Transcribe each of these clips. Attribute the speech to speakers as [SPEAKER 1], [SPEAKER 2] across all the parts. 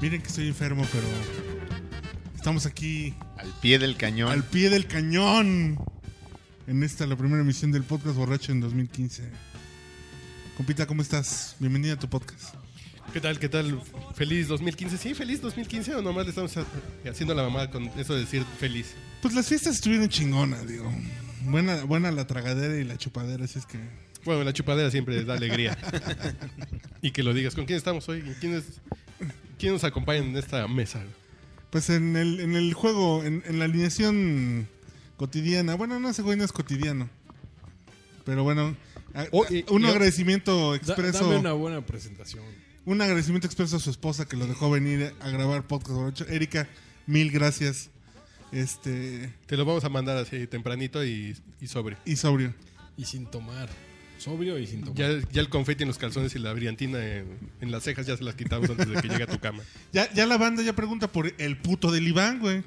[SPEAKER 1] Miren que estoy enfermo, pero estamos aquí
[SPEAKER 2] Al pie del cañón.
[SPEAKER 1] al pie del cañón en esta la primera emisión del podcast borracho en 2015. Compita, ¿cómo estás? Bienvenida a tu podcast.
[SPEAKER 3] ¿Qué tal? ¿Qué tal? Feliz 2015. Sí, feliz 2015 o nomás le estamos ha- haciendo la mamada con eso de decir feliz.
[SPEAKER 1] Pues las fiestas estuvieron chingonas, digo. Buena, buena la tragadera y la chupadera, así es que
[SPEAKER 3] Bueno, la chupadera siempre da alegría. y que lo digas. ¿Con quién estamos hoy? ¿Quién, es- quién nos acompaña en esta mesa?
[SPEAKER 1] Pues en el, en el juego, en, en la alineación cotidiana. Bueno, no ese güey no es cotidiano. Pero bueno, a-
[SPEAKER 4] Oh, y-
[SPEAKER 1] un
[SPEAKER 4] y-
[SPEAKER 1] agradecimiento
[SPEAKER 4] Da-
[SPEAKER 1] expreso.
[SPEAKER 4] dame una buena presentación.
[SPEAKER 1] Un agradecimiento expreso a su esposa que lo dejó venir a grabar podcast borracho. Erika, mil gracias. Este.
[SPEAKER 3] Te lo vamos a mandar así tempranito y, y sobre.
[SPEAKER 1] Y sobrio.
[SPEAKER 4] Y sin tomar. Sobrio y sin tomar.
[SPEAKER 3] Ya, ya el confeti en los calzones y la brillantina en, en las cejas ya se las quitamos antes de que llegue a tu cama.
[SPEAKER 1] Ya, ya la banda ya pregunta por el puto del Iván, güey.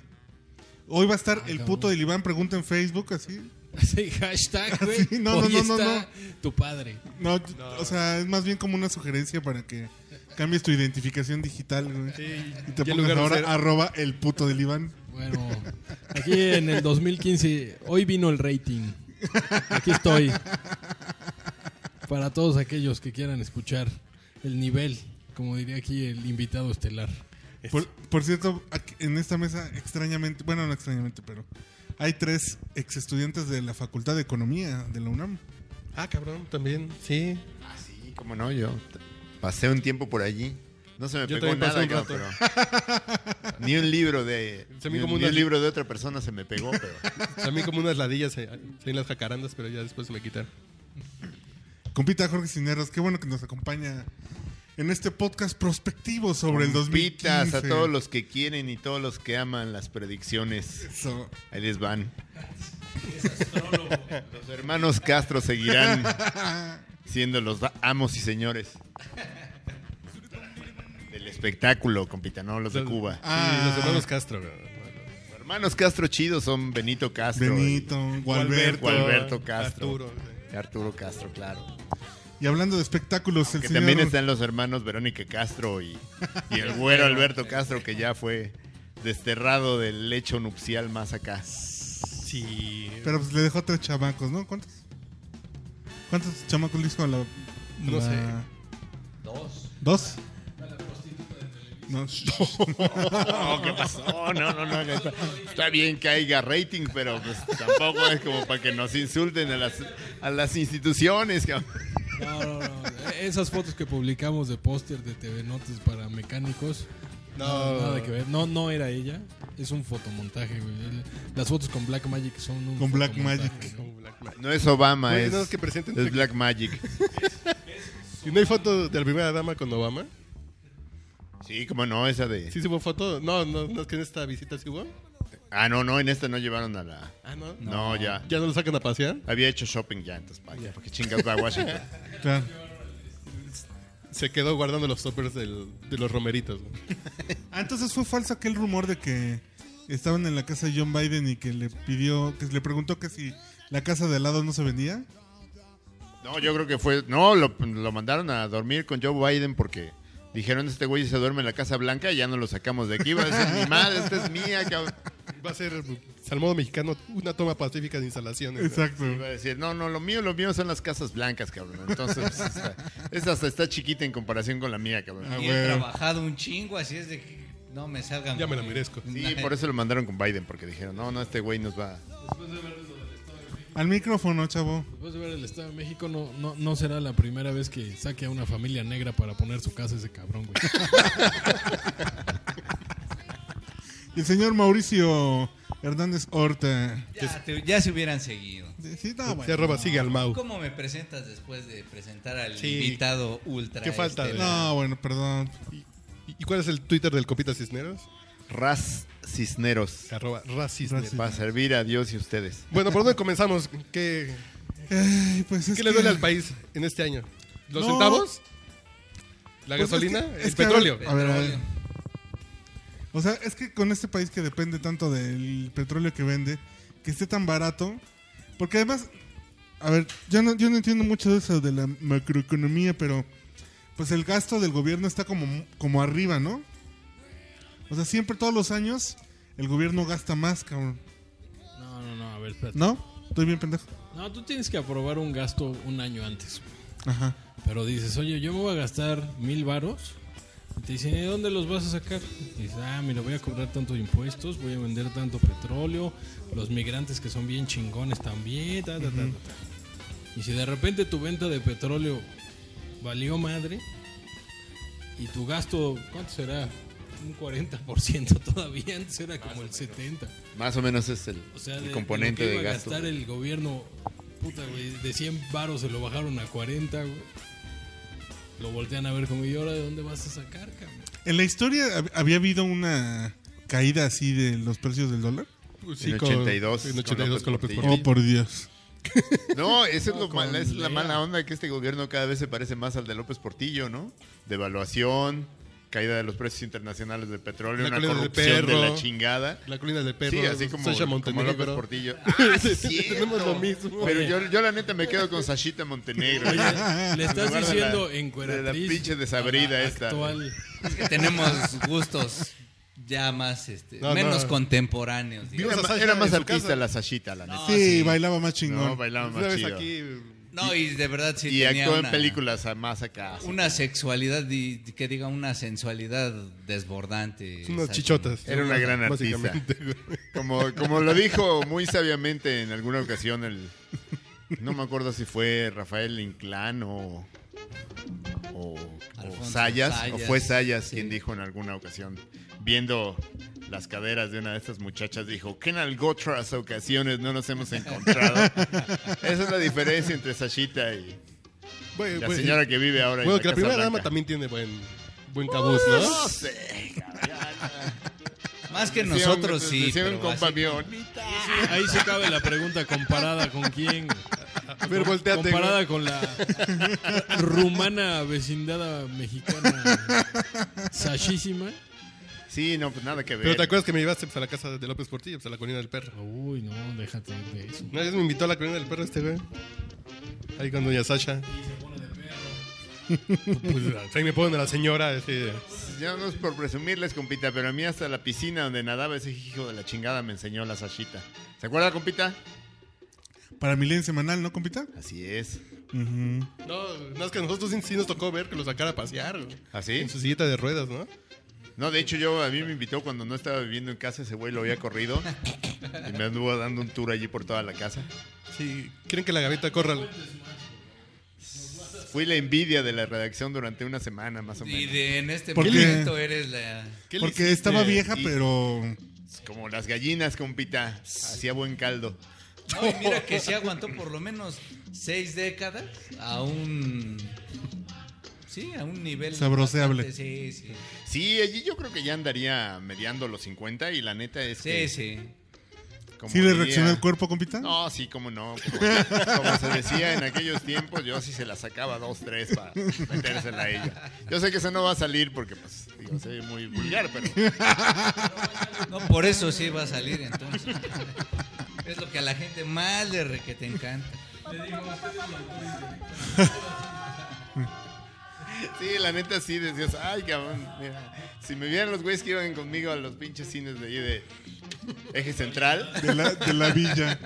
[SPEAKER 1] Hoy va a estar el puto del Iván, pregunta en Facebook, así.
[SPEAKER 4] Sí, hashtag, güey.
[SPEAKER 1] Sí, no, no,
[SPEAKER 4] Hoy
[SPEAKER 1] no, no,
[SPEAKER 4] está Tu padre.
[SPEAKER 1] No, o sea, es más bien como una sugerencia para que cambies tu identificación digital, güey.
[SPEAKER 3] Sí,
[SPEAKER 1] Y te
[SPEAKER 3] ya
[SPEAKER 1] pongas
[SPEAKER 3] en lugar de
[SPEAKER 1] ahora
[SPEAKER 3] ser-
[SPEAKER 1] arroba el puto del Iván.
[SPEAKER 4] Bueno, aquí en el 2015, hoy vino el rating. Aquí estoy. Para todos aquellos que quieran escuchar el nivel, como diría aquí el invitado estelar.
[SPEAKER 1] Por, por cierto, aquí- en esta mesa, extrañamente, bueno, no extrañamente, pero hay tres ex estudiantes de la Facultad de Economía de la UNAM.
[SPEAKER 3] Ah, cabrón, también. Sí.
[SPEAKER 2] Ah, sí, cómo no, yo t- pasé un tiempo por allí. No se me
[SPEAKER 3] Yo
[SPEAKER 2] pegó
[SPEAKER 3] también pasé
[SPEAKER 2] nada,
[SPEAKER 3] un
[SPEAKER 2] claro, pero- Ni un libro de.
[SPEAKER 3] Se me
[SPEAKER 2] ni,
[SPEAKER 3] como
[SPEAKER 2] ni
[SPEAKER 3] una-
[SPEAKER 2] un libro de otra persona se me pegó, pero.
[SPEAKER 3] También como unas ladillas eh, en las jacarandas, pero ya después se me quitaron.
[SPEAKER 1] Compita Jorge Cineros, qué bueno que nos acompaña en este podcast prospectivo sobre el 2015.
[SPEAKER 2] Pitas a todos los que quieren y todos los que aman las predicciones.
[SPEAKER 1] Eso.
[SPEAKER 2] Ahí les van. Los hermanos Castro seguirán siendo los da- amos y señores del espectáculo, compita, no los de Cuba.
[SPEAKER 1] Ah.
[SPEAKER 3] Y los hermanos Castro. güey.
[SPEAKER 2] Los hermanos Castro chidos son Benito Castro.
[SPEAKER 1] Benito, Gualberto.
[SPEAKER 2] Gualberto Castro.
[SPEAKER 3] Arturo, güey.
[SPEAKER 2] y Arturo Castro, claro.
[SPEAKER 1] Y hablando de espectáculos,
[SPEAKER 2] Que
[SPEAKER 1] el señor...
[SPEAKER 2] también están los hermanos Verónica Castro y, y el güero Alberto Castro, que ya fue desterrado del lecho nupcial más acá.
[SPEAKER 3] Sí.
[SPEAKER 1] Pero pues le dejó tres chamacos, ¿no? ¿Cuántos? ¿Cuántos chamacos le hizo a la... a
[SPEAKER 3] No
[SPEAKER 1] la-
[SPEAKER 3] sé.
[SPEAKER 1] ¿Dos? No, sh-
[SPEAKER 2] No, Oh, ¿qué pasó? No, no, no. Está, está bien que haya rating, pero pues tampoco es como para que nos insulten a las, a las instituciones. cabrón.
[SPEAKER 4] No, no, no. Esas fotos que publicamos de póster de TV Notes para mecánicos.
[SPEAKER 3] No.
[SPEAKER 4] Nada que ver. No, no era ella. Es un fotomontaje, güey. El- Las fotos con Black Magic son un
[SPEAKER 1] Con Black
[SPEAKER 4] fotomontaje,
[SPEAKER 1] Magic.
[SPEAKER 4] ¿no?
[SPEAKER 3] Como Black Magic.
[SPEAKER 2] No es Obama,
[SPEAKER 3] Güey,
[SPEAKER 2] es,
[SPEAKER 3] no, es que presenten-
[SPEAKER 2] es Black Magic.
[SPEAKER 3] ¿Y no hay foto de la primera dama con Obama?
[SPEAKER 2] Sí, como no, esa de...
[SPEAKER 3] ¿Sí se hubo foto? No, no, no es que en esta visita sí hubo.
[SPEAKER 2] Ah, no, no, en esta no llevaron a la...
[SPEAKER 3] Ah, no.
[SPEAKER 2] No, ya.
[SPEAKER 3] ¿Ya no lo sacan a pasear?
[SPEAKER 2] Había hecho shopping ya, entonces, ¿para qué? ¿Para qué chingas va a Washington?
[SPEAKER 1] claro.
[SPEAKER 3] Se quedó guardando los toppers del- de los romeritos. güey.
[SPEAKER 1] Ah, entonces fue falso aquel rumor de que estaban en la casa de John Biden y que le pidió, que le preguntó que si la casa de al lado no se vendía.
[SPEAKER 2] No, yo creo que fue... No, lo, lo mandaron a dormir con Joe Biden porque... Dijeron, este güey se duerme en la Casa Blanca y ya no lo sacamos de aquí. Va a decir, mi madre, esta es mía, cabrón.
[SPEAKER 3] Va a ser, pues, al modo mexicano, una toma pacífica de instalaciones. güey.
[SPEAKER 1] Exacto.
[SPEAKER 2] Iba a decir, no, no, lo mío, lo mío son las casas blancas, cabrón. Entonces, pues, esta, esta hasta está chiquita en comparación con la mía, cabrón.
[SPEAKER 1] Ah,
[SPEAKER 5] Y he
[SPEAKER 1] güey.
[SPEAKER 5] trabajado un chingo, así es de que no me salgan.
[SPEAKER 3] Ya me la merezco.
[SPEAKER 2] Sí, por eso lo mandaron con Biden, porque dijeron, no, no, este güey nos va.
[SPEAKER 1] Al micrófono, chavo.
[SPEAKER 4] Después de pues, ver el Estado de México, no, no, no será la primera vez que saque a una familia negra para poner su casa ese cabrón, güey.
[SPEAKER 1] Y el señor Mauricio Hernández Horta.
[SPEAKER 5] Ya, te- ya se hubieran seguido.
[SPEAKER 1] Sí, no,
[SPEAKER 3] Se
[SPEAKER 1] Ah, bueno.
[SPEAKER 3] arroba, sigue al Mau.
[SPEAKER 5] ¿Cómo me presentas después de presentar al
[SPEAKER 3] Sí.
[SPEAKER 5] invitado ultra?
[SPEAKER 3] ¿Qué falta,
[SPEAKER 5] este?
[SPEAKER 3] güey?
[SPEAKER 1] No, bueno, perdón.
[SPEAKER 3] ¿Y, y cuál es el Twitter del Copita Cisneros?
[SPEAKER 2] Raz Cisneros.
[SPEAKER 3] Arroba Racisneros.
[SPEAKER 1] Racisneros.
[SPEAKER 2] Para servir a Dios y ustedes.
[SPEAKER 3] Bueno, ¿por dónde comenzamos? ¿Qué,
[SPEAKER 1] Ay, pues es
[SPEAKER 3] qué le
[SPEAKER 1] que-
[SPEAKER 3] duele al país en este año? ¿Los
[SPEAKER 1] No.
[SPEAKER 3] centavos? ¿La
[SPEAKER 1] Pues es
[SPEAKER 3] gasolina?
[SPEAKER 1] que-
[SPEAKER 3] ¿El
[SPEAKER 1] es que, a ver,
[SPEAKER 3] petróleo?
[SPEAKER 1] A ver, a ver.
[SPEAKER 5] Petróleo.
[SPEAKER 1] O sea, es que con este país que depende tanto del petróleo que vende, que esté tan barato. Porque además, a ver, yo no, yo no entiendo mucho de eso de la macroeconomía, pero pues el gasto del gobierno está como, como arriba, ¿no? O sea, siempre todos los años el gobierno gasta más, cabrón.
[SPEAKER 4] No, no, no, a ver, espérate.
[SPEAKER 1] ¿No? Estoy bien pendejo.
[SPEAKER 4] No, tú tienes que aprobar un gasto un año antes.
[SPEAKER 1] Ajá.
[SPEAKER 4] Pero dices, oye, yo me voy a gastar mil varos. Y te dicen, ¿de dónde los vas a sacar? Y dices, ah, mira, voy a cobrar tantos impuestos, voy a vender tanto petróleo, los migrantes que son bien chingones también, ta, ta, ta, ta, ta". Y si de repente tu venta de petróleo valió madre y tu gasto, ¿cuánto será? Un 40% todavía, antes era como el 70%.
[SPEAKER 2] Más o menos es el,
[SPEAKER 4] O sea,
[SPEAKER 2] el
[SPEAKER 4] de-
[SPEAKER 2] componente
[SPEAKER 4] lo que
[SPEAKER 2] de
[SPEAKER 4] iba a
[SPEAKER 2] gasto.
[SPEAKER 4] gastar el gobierno, puta, güey, de 100 varos se lo bajaron a 40, güey. Lo voltean a ver como, ¿y ahora de dónde vas a sacar, cabrón?
[SPEAKER 1] ¿En la historia hab- había habido una caída así de los precios del dólar?
[SPEAKER 3] Pues
[SPEAKER 2] En 82,
[SPEAKER 3] En 82
[SPEAKER 2] con
[SPEAKER 3] con López
[SPEAKER 2] López
[SPEAKER 3] Portillo.
[SPEAKER 1] Oh, por Dios.
[SPEAKER 2] No, eso es, lo
[SPEAKER 4] con
[SPEAKER 2] mala- es la
[SPEAKER 4] Lea.
[SPEAKER 2] mala onda que este gobierno cada vez se parece más al de López Portillo, ¿no? Devaluación, caída de los precios internacionales del petróleo,
[SPEAKER 3] La
[SPEAKER 2] una
[SPEAKER 3] colina del
[SPEAKER 2] corrupción de
[SPEAKER 3] perro.
[SPEAKER 2] la chingada.
[SPEAKER 3] La colina del perro.
[SPEAKER 2] sí, así como,
[SPEAKER 3] Sasha
[SPEAKER 2] como
[SPEAKER 3] Montenegro.
[SPEAKER 2] López Portillo. Ah, sí, es cierto.
[SPEAKER 3] Tenemos lo mismo.
[SPEAKER 2] Pero yo, yo la neta me quedo con Sashita Montenegro.
[SPEAKER 4] Oye, le estás
[SPEAKER 2] lugar de
[SPEAKER 4] diciendo
[SPEAKER 2] la-
[SPEAKER 4] en
[SPEAKER 2] de la pinche desabrida esta.
[SPEAKER 4] Actual.
[SPEAKER 5] Es que tenemos gustos ya más, este,
[SPEAKER 3] No, no.
[SPEAKER 5] menos contemporáneos.
[SPEAKER 3] Digo,
[SPEAKER 2] Era,
[SPEAKER 5] digamos.
[SPEAKER 3] Vimos a
[SPEAKER 2] más-
[SPEAKER 3] Sasha
[SPEAKER 2] era
[SPEAKER 3] en
[SPEAKER 2] más
[SPEAKER 3] su
[SPEAKER 2] artista
[SPEAKER 3] casa.
[SPEAKER 2] la Sashita, la neta.
[SPEAKER 5] No,
[SPEAKER 1] sí,
[SPEAKER 5] sí.
[SPEAKER 1] bailaba más
[SPEAKER 2] Ah, No,
[SPEAKER 1] chingón.
[SPEAKER 2] bailaba
[SPEAKER 3] Una
[SPEAKER 2] más
[SPEAKER 3] vez
[SPEAKER 2] chido.
[SPEAKER 3] aquí.
[SPEAKER 5] No, y de verdad sí
[SPEAKER 2] Y
[SPEAKER 5] tenía
[SPEAKER 2] actuó
[SPEAKER 5] una-
[SPEAKER 2] en películas a- más acá. así.
[SPEAKER 5] Una sexualidad, y, que diga una sensualidad desbordante.
[SPEAKER 3] Unas
[SPEAKER 5] Exacto.
[SPEAKER 3] chichotas.
[SPEAKER 2] Era una gran artista.
[SPEAKER 3] Básicamente, güey.
[SPEAKER 2] Como, como lo dijo muy sabiamente en alguna ocasión el... No me acuerdo si fue Rafael Inclán o... O, o
[SPEAKER 5] Alfonso
[SPEAKER 2] Sayas, o
[SPEAKER 5] Sayas.
[SPEAKER 2] fue Sayas quien
[SPEAKER 5] Sí.
[SPEAKER 2] dijo en alguna ocasión, viendo las caderas de una de estas muchachas, dijo, que en algotras ocasiones no nos hemos encontrado. Esa es la diferencia entre Sashita y
[SPEAKER 3] Güey,
[SPEAKER 2] la
[SPEAKER 3] güey.
[SPEAKER 2] señora que vive ahora
[SPEAKER 3] Pues, Bueno,
[SPEAKER 2] en
[SPEAKER 3] que
[SPEAKER 2] la,
[SPEAKER 3] la primera dama
[SPEAKER 2] también.
[SPEAKER 3] también tiene buen, buen cabuz,
[SPEAKER 2] No
[SPEAKER 3] ¿no?
[SPEAKER 2] sé, cabrón, ya,
[SPEAKER 5] Más que
[SPEAKER 2] decía un-
[SPEAKER 5] nosotros sí.
[SPEAKER 2] decía un
[SPEAKER 5] pero
[SPEAKER 2] compa
[SPEAKER 5] así-
[SPEAKER 2] mío,
[SPEAKER 4] Ahí se cabe la pregunta comparada con quién.
[SPEAKER 3] A ver, volteate. güey.
[SPEAKER 4] Comparada con la rumana vecindada mexicana sashísima.
[SPEAKER 2] Sí, no, pues nada que ver.
[SPEAKER 3] Pero te acuerdas que me llevaste pues, a la casa de López Portillo, pues, a la colina del perro.
[SPEAKER 4] Uy, no, déjate de eso.
[SPEAKER 3] Una vez me invitó a la colina del perro este güey. Ahí con doña Sasha. Pues ahí me ponen a la señora. así de-
[SPEAKER 2] Ya no es por presumirles, compita, pero a mí hasta la piscina donde nadaba ese hijo de la chingada me enseñó la sashita. ¿Se acuerda, compita?
[SPEAKER 1] Para mi ley semanal, ¿no, compita?
[SPEAKER 2] Así es.
[SPEAKER 1] Ujú.
[SPEAKER 3] No, no es que a nosotros sí, sí nos tocó ver que lo sacara a pasear. güey.
[SPEAKER 2] ¿Así?
[SPEAKER 3] En su sillita de ruedas, ¿no?
[SPEAKER 2] ¿Ah, No, de hecho, yo a mí me invitó cuando no estaba viviendo en casa, ese güey lo había corrido. Y me anduvo dando un tour allí por toda la casa.
[SPEAKER 3] Sí, quieren que la gaveta corra.
[SPEAKER 2] Fui la envidia de la redacción durante una semana, más o
[SPEAKER 5] Y
[SPEAKER 2] menos.
[SPEAKER 5] de, en este
[SPEAKER 1] ¿Por qué?
[SPEAKER 5] momento eres la...
[SPEAKER 3] ¿Qué le
[SPEAKER 1] Porque
[SPEAKER 3] hiciste?
[SPEAKER 1] estaba vieja,
[SPEAKER 2] Y- pues,
[SPEAKER 1] pero.
[SPEAKER 2] Como las gallinas, compita. Hacía buen caldo.
[SPEAKER 5] No, y mira que se aguantó por lo menos seis décadas a un... Sí, a un nivel...
[SPEAKER 1] Sabroseable.
[SPEAKER 5] bastante- Sí, sí.
[SPEAKER 2] Sí, allí yo creo que ya andaría mediando los 50 y la neta es
[SPEAKER 5] Sí,
[SPEAKER 2] que...
[SPEAKER 5] sí.
[SPEAKER 2] como
[SPEAKER 1] ¿Sí le
[SPEAKER 2] diría-
[SPEAKER 1] reaccionó el cuerpo, compita?
[SPEAKER 2] No, sí, cómo no. Como, como se decía en aquellos tiempos, yo sí se la sacaba dos, tres para metérsela a ella. Yo sé que eso no va a salir porque, pues, digo, soy muy vulgar, pero
[SPEAKER 5] No, por eso sí va a salir entonces. Es lo que a la gente más le re que te encanta.
[SPEAKER 2] sí, la neta sí decías, ay, cabrón, mira, si me vieran los güeyes que iban conmigo a los pinches cines de ahí de Eje Central,
[SPEAKER 1] De la, de la villa.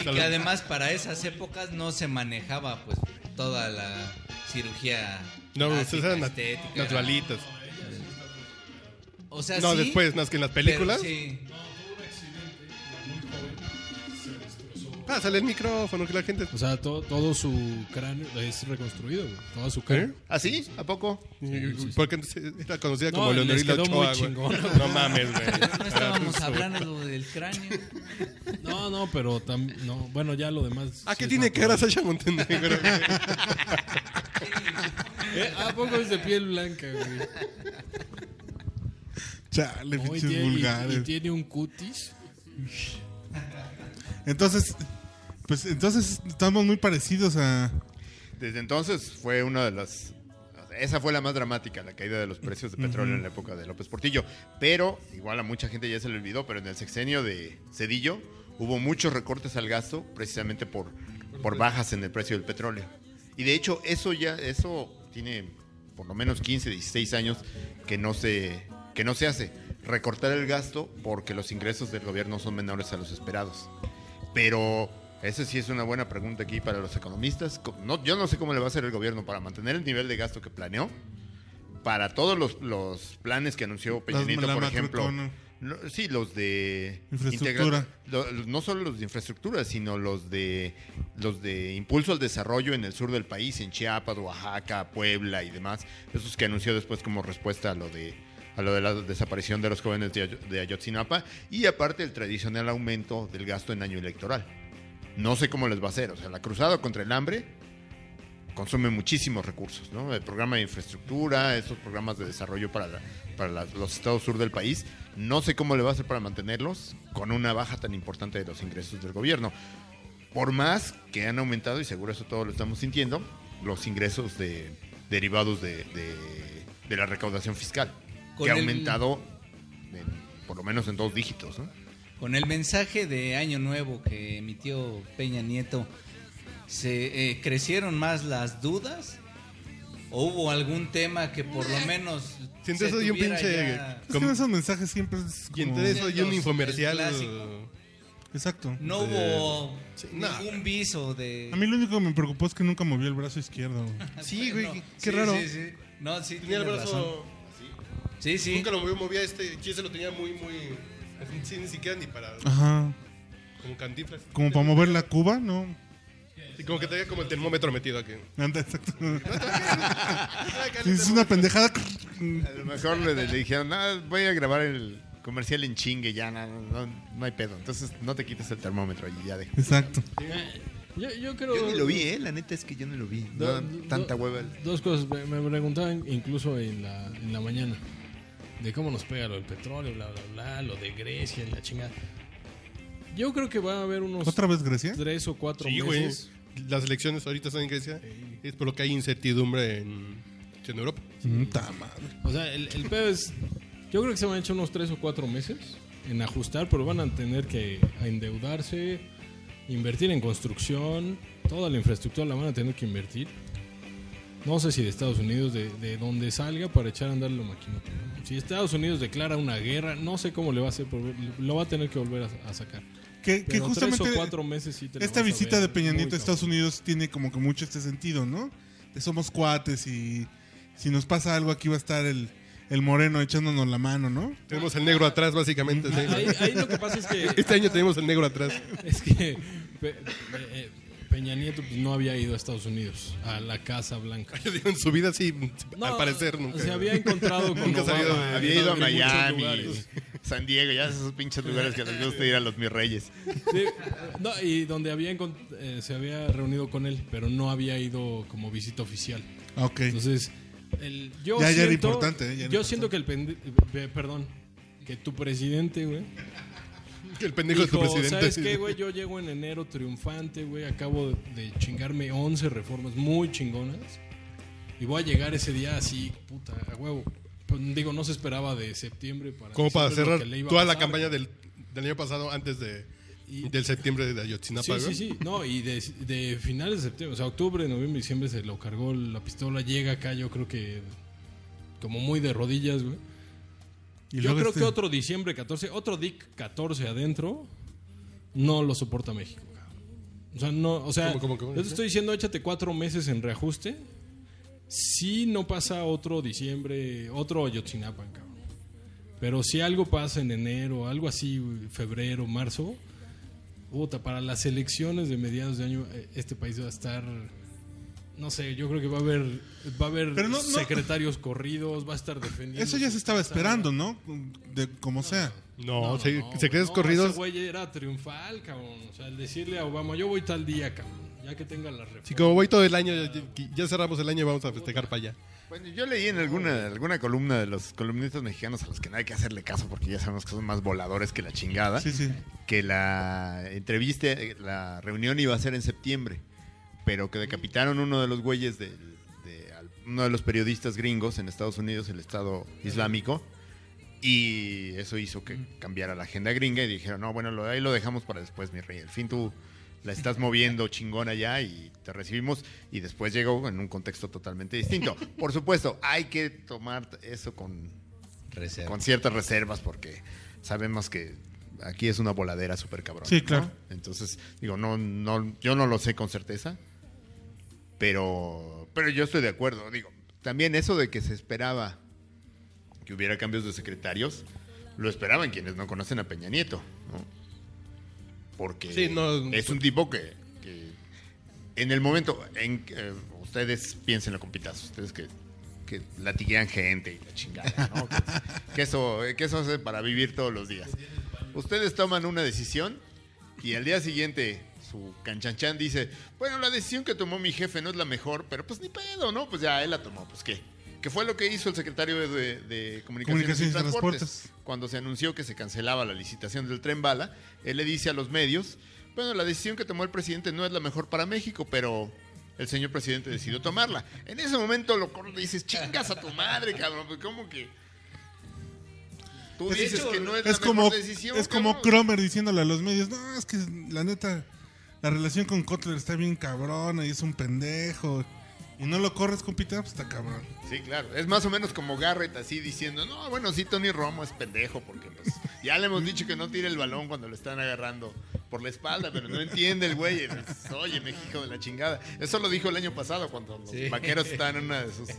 [SPEAKER 5] Y que además para esas épocas no se manejaba pues toda la cirugía
[SPEAKER 3] No, ustedes
[SPEAKER 5] plástica,
[SPEAKER 3] eran nat-
[SPEAKER 5] Ah, estética.
[SPEAKER 3] naturalitas.
[SPEAKER 5] O sea,
[SPEAKER 3] No,
[SPEAKER 5] sí,
[SPEAKER 3] después, más que en las
[SPEAKER 5] pero
[SPEAKER 3] películas.
[SPEAKER 5] sí.
[SPEAKER 3] Pásale Ah, el micrófono, que la gente. pues,
[SPEAKER 4] O sea, to- todo su cráneo es reconstruido, güey. Todo
[SPEAKER 2] ¿Eh?
[SPEAKER 4] su cráneo.
[SPEAKER 3] ¿ah,
[SPEAKER 2] ¿así? ¿A poco?
[SPEAKER 3] Porque antes era conocida
[SPEAKER 4] No,
[SPEAKER 3] como
[SPEAKER 4] les
[SPEAKER 3] Leonorita
[SPEAKER 4] quedó
[SPEAKER 3] Ochoa,
[SPEAKER 4] muy
[SPEAKER 3] güey.
[SPEAKER 4] chingona,
[SPEAKER 3] No mames, güey.
[SPEAKER 5] Pero no estábamos hablando del cráneo.
[SPEAKER 4] No, no, pero tam- no, bueno, ya lo demás.
[SPEAKER 3] ¿A
[SPEAKER 4] sí
[SPEAKER 3] Ah, qué
[SPEAKER 4] es
[SPEAKER 3] tiene
[SPEAKER 4] natural.
[SPEAKER 3] cara Sasha Montenegro?
[SPEAKER 4] Eh, ¿A poco es de piel blanca, güey?
[SPEAKER 1] Chale,
[SPEAKER 4] No, y,
[SPEAKER 1] pinches
[SPEAKER 4] tiene, y-
[SPEAKER 1] vulgares.
[SPEAKER 4] y tiene un cutis.
[SPEAKER 1] Entonces, pues entonces estamos muy parecidos a.
[SPEAKER 2] desde entonces fue una de las... Esa fue la más dramática, la caída de los precios de petróleo en la época de López Portillo. Pero, igual a mucha gente ya se le olvidó, pero en el sexenio de Cedillo hubo muchos recortes al gasto precisamente por, por bajas en el precio del petróleo. Y de hecho, eso ya, eso tiene por lo menos 15, 16 años que no se, que no se hace. Recortar el gasto porque los ingresos del gobierno son menores a los esperados. Pero esa sí es una buena pregunta aquí para los economistas. Co- No, yo no sé cómo le va a hacer el gobierno para mantener el nivel de gasto que planeó. Para todos los, los planes que anunció Peña
[SPEAKER 1] Las-
[SPEAKER 2] Nieto,
[SPEAKER 1] la
[SPEAKER 2] por ejemplo.
[SPEAKER 1] macroecono-
[SPEAKER 2] No, sí, los de
[SPEAKER 1] Infraestructura.
[SPEAKER 2] integra- lo- lo- no solo los de infraestructura, sino los de los de impulso al desarrollo en el sur del país, en Chiapas, Oaxaca, Puebla y demás. Esos que anunció después como respuesta a lo de a lo de la desaparición de los jóvenes de, Ayo- de Ayotzinapa y aparte el tradicional aumento del gasto en año electoral. No sé cómo les va a hacer, o sea, la cruzada contra el hambre consume muchísimos recursos, ¿no? El programa de infraestructura, esos programas de desarrollo para, la- para la- los estados sur del país. No sé cómo le va a hacer para mantenerlos con una baja tan importante de los ingresos del gobierno. Por más que han aumentado, y seguro eso todos lo estamos sintiendo, los ingresos de, derivados de, de- de la recaudación fiscal,
[SPEAKER 5] Con
[SPEAKER 2] que ha
[SPEAKER 5] el-
[SPEAKER 2] aumentado en- por lo menos en dos dígitos, ¿no?
[SPEAKER 5] Con el mensaje de Año Nuevo que emitió Peña Nieto, ¿se eh, crecieron más las dudas? ¿O hubo algún tema que por lo menos
[SPEAKER 3] Siento eso y
[SPEAKER 5] yo
[SPEAKER 3] un pinche.
[SPEAKER 1] Es que
[SPEAKER 3] como-
[SPEAKER 1] en esos mensajes siempre es
[SPEAKER 3] y
[SPEAKER 1] como-
[SPEAKER 3] entre eso y un
[SPEAKER 5] Los-
[SPEAKER 3] infomercial. uh,
[SPEAKER 5] el clásico.
[SPEAKER 1] Exacto.
[SPEAKER 5] No hubo
[SPEAKER 3] Sí,
[SPEAKER 5] ningún
[SPEAKER 3] no.
[SPEAKER 5] viso de... Ah,
[SPEAKER 1] A mí lo único que me preocupó es que nunca movió el brazo izquierdo. güey.
[SPEAKER 3] Sí, güey, qué- qué
[SPEAKER 5] Sí,
[SPEAKER 3] raro.
[SPEAKER 5] Sí, sí. No, sí,
[SPEAKER 3] Tenía el
[SPEAKER 5] tienes razón.
[SPEAKER 3] brazo.
[SPEAKER 5] Sí, sí.
[SPEAKER 3] Nunca lo movió, movía este. Aquí se lo tenía muy, muy. Sí, ni siquiera ni para.
[SPEAKER 1] Ajá.
[SPEAKER 3] Como cantiflas.
[SPEAKER 1] Como para mover la cuba, ¿no?
[SPEAKER 3] Y como que tenía como el termómetro metido aquí.
[SPEAKER 1] Anda, exacto. Sí, es una pendejada.
[SPEAKER 2] A lo mejor le, le dijeron, "Ah, voy a grabar el comercial en chingue, ya no, no- no hay pedo. Entonces no te quites el termómetro y ya deja.
[SPEAKER 1] Exacto.
[SPEAKER 4] Eh, Yo, yo creo.
[SPEAKER 2] Yo ni lo vi, ¿eh? La neta es que yo no lo vi. Me
[SPEAKER 4] Do-
[SPEAKER 2] da
[SPEAKER 4] do-
[SPEAKER 2] tanta hueva.
[SPEAKER 4] Dos cosas. Me me preguntaban incluso en la, en la mañana de cómo nos pega lo del petróleo, bla, bla, bla, lo de Grecia y la chingada. Yo creo que va a haber unos
[SPEAKER 1] ¿Otra vez Grecia?
[SPEAKER 4] tres o cuatro
[SPEAKER 3] Sí, güey.
[SPEAKER 4] meses.
[SPEAKER 3] Las elecciones ahorita están en Grecia. Es por lo que hay incertidumbre en, en Europa.
[SPEAKER 1] Puta madre.
[SPEAKER 4] O sea, el, el pedo es. Yo creo que se van a echar unos tres o cuatro meses en ajustar, pero van a tener que endeudarse, invertir en construcción, toda la infraestructura la van a tener que invertir. No sé si de Estados Unidos, de, de donde salga para echar a andar la maquinita. ¿no? Si Estados Unidos declara una guerra, no sé cómo le va a hacer, pero lo va a tener que volver a, a sacar.
[SPEAKER 1] Que, que
[SPEAKER 4] Pero
[SPEAKER 1] justamente
[SPEAKER 4] tres o cuatro meses sí te la
[SPEAKER 1] esta
[SPEAKER 4] vas a
[SPEAKER 1] visita
[SPEAKER 4] ver
[SPEAKER 1] de Peña
[SPEAKER 4] muy
[SPEAKER 1] Nieto a Estados
[SPEAKER 4] cabrón.
[SPEAKER 1] Unidos tiene como que mucho este sentido, ¿no? De somos cuates y si nos pasa algo aquí va a estar el, el moreno echándonos la mano, ¿no?
[SPEAKER 3] Tenemos al negro atrás, básicamente. sí.
[SPEAKER 4] Ahí, ahí lo que pasa es que
[SPEAKER 3] Este año tenemos al negro atrás.
[SPEAKER 4] Es que Pe- Pe- eh, Peña Nieto pues, no había ido a Estados Unidos, a la Casa Blanca.
[SPEAKER 3] Yo digo, en su vida sí, al
[SPEAKER 4] No,
[SPEAKER 3] parecer nunca.
[SPEAKER 4] Se había encontrado con
[SPEAKER 3] Nunca se había ido-
[SPEAKER 4] Obama en
[SPEAKER 2] Había ido a
[SPEAKER 4] muchos
[SPEAKER 2] Miami,
[SPEAKER 4] lugares.
[SPEAKER 2] San Diego, ya esos pinches lugares que les gusta ir a los mis reyes.
[SPEAKER 4] Sí, no, y donde había encon- eh, se había reunido con él, pero no había ido como visita oficial.
[SPEAKER 1] Ah, Ok.
[SPEAKER 4] Entonces, el, yo
[SPEAKER 1] Ya, ya
[SPEAKER 4] siento,
[SPEAKER 1] era importante, ¿eh? Ya era
[SPEAKER 4] yo siento que el pende- eh, perdón, que tu presidente, güey,
[SPEAKER 3] Que el pendejo de tu
[SPEAKER 4] Dijo,
[SPEAKER 3] presidente.
[SPEAKER 4] ¿Sabes qué, güey? Yo llego en enero triunfante, güey. Acabo de chingarme 11 reformas muy chingonas. Y voy a llegar ese día así, puta, a huevo. Pues, digo, no se esperaba de septiembre para.
[SPEAKER 3] Como para
[SPEAKER 4] diciembre lo
[SPEAKER 3] cerrar
[SPEAKER 4] que le iba a
[SPEAKER 3] toda la
[SPEAKER 4] pasar.
[SPEAKER 3] campaña del, del año pasado antes de,
[SPEAKER 4] Y-
[SPEAKER 3] del septiembre de Ayotzinapa.
[SPEAKER 4] Sí, sí,
[SPEAKER 3] güey.
[SPEAKER 4] sí. No, y de, de finales de septiembre, o sea, octubre, noviembre, diciembre se lo cargó la pistola. Llega acá, yo creo que. Como muy de rodillas, güey.
[SPEAKER 1] Y
[SPEAKER 4] Yo
[SPEAKER 1] luego
[SPEAKER 4] creo
[SPEAKER 1] este-
[SPEAKER 4] que otro diciembre 14, otro DIC 14 adentro, no lo soporta México. cabrón. O sea, no, o sea,
[SPEAKER 3] ¿Cómo, cómo, cómo?
[SPEAKER 4] yo te estoy diciendo, échate cuatro meses en reajuste. Si no pasa otro diciembre, otro Ayotzinapa, cabrón. Pero si algo pasa en enero, algo así, güey, febrero, marzo, puta, para las elecciones de mediados de año, eh, este país va a estar. No sé, yo creo que va a haber, va a haber
[SPEAKER 1] Pero no- no-
[SPEAKER 4] secretarios corridos, va a estar defendiendo.
[SPEAKER 1] Eso ya se estaba esperando, ¿no? De como sea.
[SPEAKER 3] No,
[SPEAKER 4] No,
[SPEAKER 3] se-
[SPEAKER 4] no,
[SPEAKER 3] secretos
[SPEAKER 4] güey, no,
[SPEAKER 3] corridos.
[SPEAKER 4] Ese güey era triunfal, cabrón. O sea, el decirle a Obama, yo voy tal día, cabrón. Ya que tenga la reforma.
[SPEAKER 3] Sí, como voy todo el año, ya, ya cerramos el año y vamos a festejar para allá.
[SPEAKER 2] Bueno, yo leí en alguna, alguna columna de los columnistas mexicanos a los que no hay que hacerle caso porque ya sabemos que son más voladores que la chingada.
[SPEAKER 1] Sí, sí.
[SPEAKER 2] que la entrevista, eh, la reunión iba a ser en septiembre. pero que decapitaron uno de los güeyes del- de al- uno de los periodistas gringos en Estados Unidos, el Estado Islámico. Y eso hizo que cambiara la agenda gringa y dijeron, no, bueno, lo, ahí lo dejamos para después, mi rey. Al fin tú la estás moviendo chingona ya y te recibimos y después llegó en un contexto totalmente distinto. Por supuesto, hay que tomar eso con,
[SPEAKER 5] Reserva.
[SPEAKER 2] con ciertas reservas porque sabemos que aquí es una voladera súper cabrón.
[SPEAKER 1] Sí, claro.
[SPEAKER 2] Entonces, digo, no, no, yo no lo sé con certeza, pero, pero yo estoy de acuerdo. Digo, también eso de que se esperaba que hubiera cambios de secretarios, lo esperaban quienes no conocen a Peña Nieto, ¿no? Porque
[SPEAKER 3] Sí, no-
[SPEAKER 2] es un tipo que, que en el momento en que eh, ustedes piensen con pitazos, ustedes que, que latiguean gente y la chingada, ¿no? que, que eso, que eso eh, hace para vivir todos los días. Ustedes toman una decisión y al día siguiente su canchanchan dice, bueno, la decisión que tomó mi jefe no es la mejor, pero pues ni pedo, ¿no? Pues ya él la tomó, pues qué. Que fue lo que hizo el secretario de, de Comunicaciones,
[SPEAKER 1] Comunicaciones
[SPEAKER 2] y
[SPEAKER 1] y
[SPEAKER 2] Transportes.
[SPEAKER 1] Transportes.
[SPEAKER 2] Cuando se anunció que se cancelaba la licitación del tren bala, él le dice a los medios, bueno, la decisión que tomó el presidente no es la mejor para México, pero el señor presidente decidió tomarla. En ese momento lo corres y dices, chingas a tu madre, cabrón, pues ¿cómo que? Tú
[SPEAKER 1] Es-
[SPEAKER 2] dices que no es,
[SPEAKER 1] Es
[SPEAKER 2] la mejor
[SPEAKER 1] como,
[SPEAKER 2] decisión.
[SPEAKER 1] es como
[SPEAKER 2] cabrón.
[SPEAKER 1] Cromer diciéndole a los medios, no, es que la neta, la relación con Kotler está bien cabrona y es un pendejo. Y no lo corres, compita, pues está cabrón.
[SPEAKER 2] Sí, claro. Es más o menos como Garrett así diciendo, no, bueno, sí, Tony Romo es pendejo porque pues, ya le hemos dicho que no tire el balón cuando lo están agarrando por la espalda, pero no entiende el güey. Pues, Oye, México de la chingada. Eso lo dijo el año pasado cuando los
[SPEAKER 5] Sí.
[SPEAKER 2] vaqueros estaban en una de sus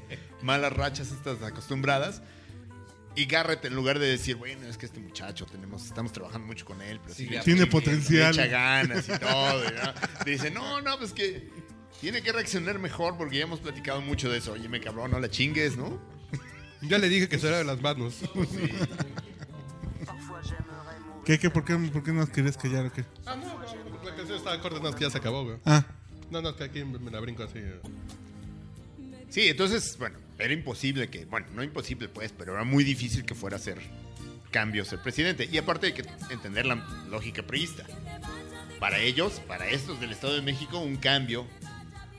[SPEAKER 2] malas rachas estas acostumbradas. Y Garrett, en lugar de decir, bueno, es que este muchacho, tenemos, estamos trabajando mucho con él, pero sí,
[SPEAKER 5] Sí,
[SPEAKER 2] le
[SPEAKER 1] Tiene
[SPEAKER 2] aprende,
[SPEAKER 1] potencial.
[SPEAKER 2] le echa ganas y todo. ¿no? Dice, no, no, pues que tiene que reaccionar mejor porque ya hemos platicado mucho de eso. Oye, me cabrón, no la chingues, ¿no?
[SPEAKER 3] Ya le dije que se era de las manos.
[SPEAKER 1] ¿Qué, qué, por qué, por qué nos querías callar o qué?
[SPEAKER 3] Ah, no, no, la canción estaba corta, no, es que ya se acabó, güey.
[SPEAKER 1] Ah,
[SPEAKER 3] No, no, es que aquí me me la brinco así. güey.
[SPEAKER 2] Sí, entonces, bueno, era imposible que, bueno, no imposible pues, pero era muy difícil que fuera a hacer cambios el presidente. Y aparte hay que entender la lógica priista. Para ellos, para estos del Estado de México, un cambio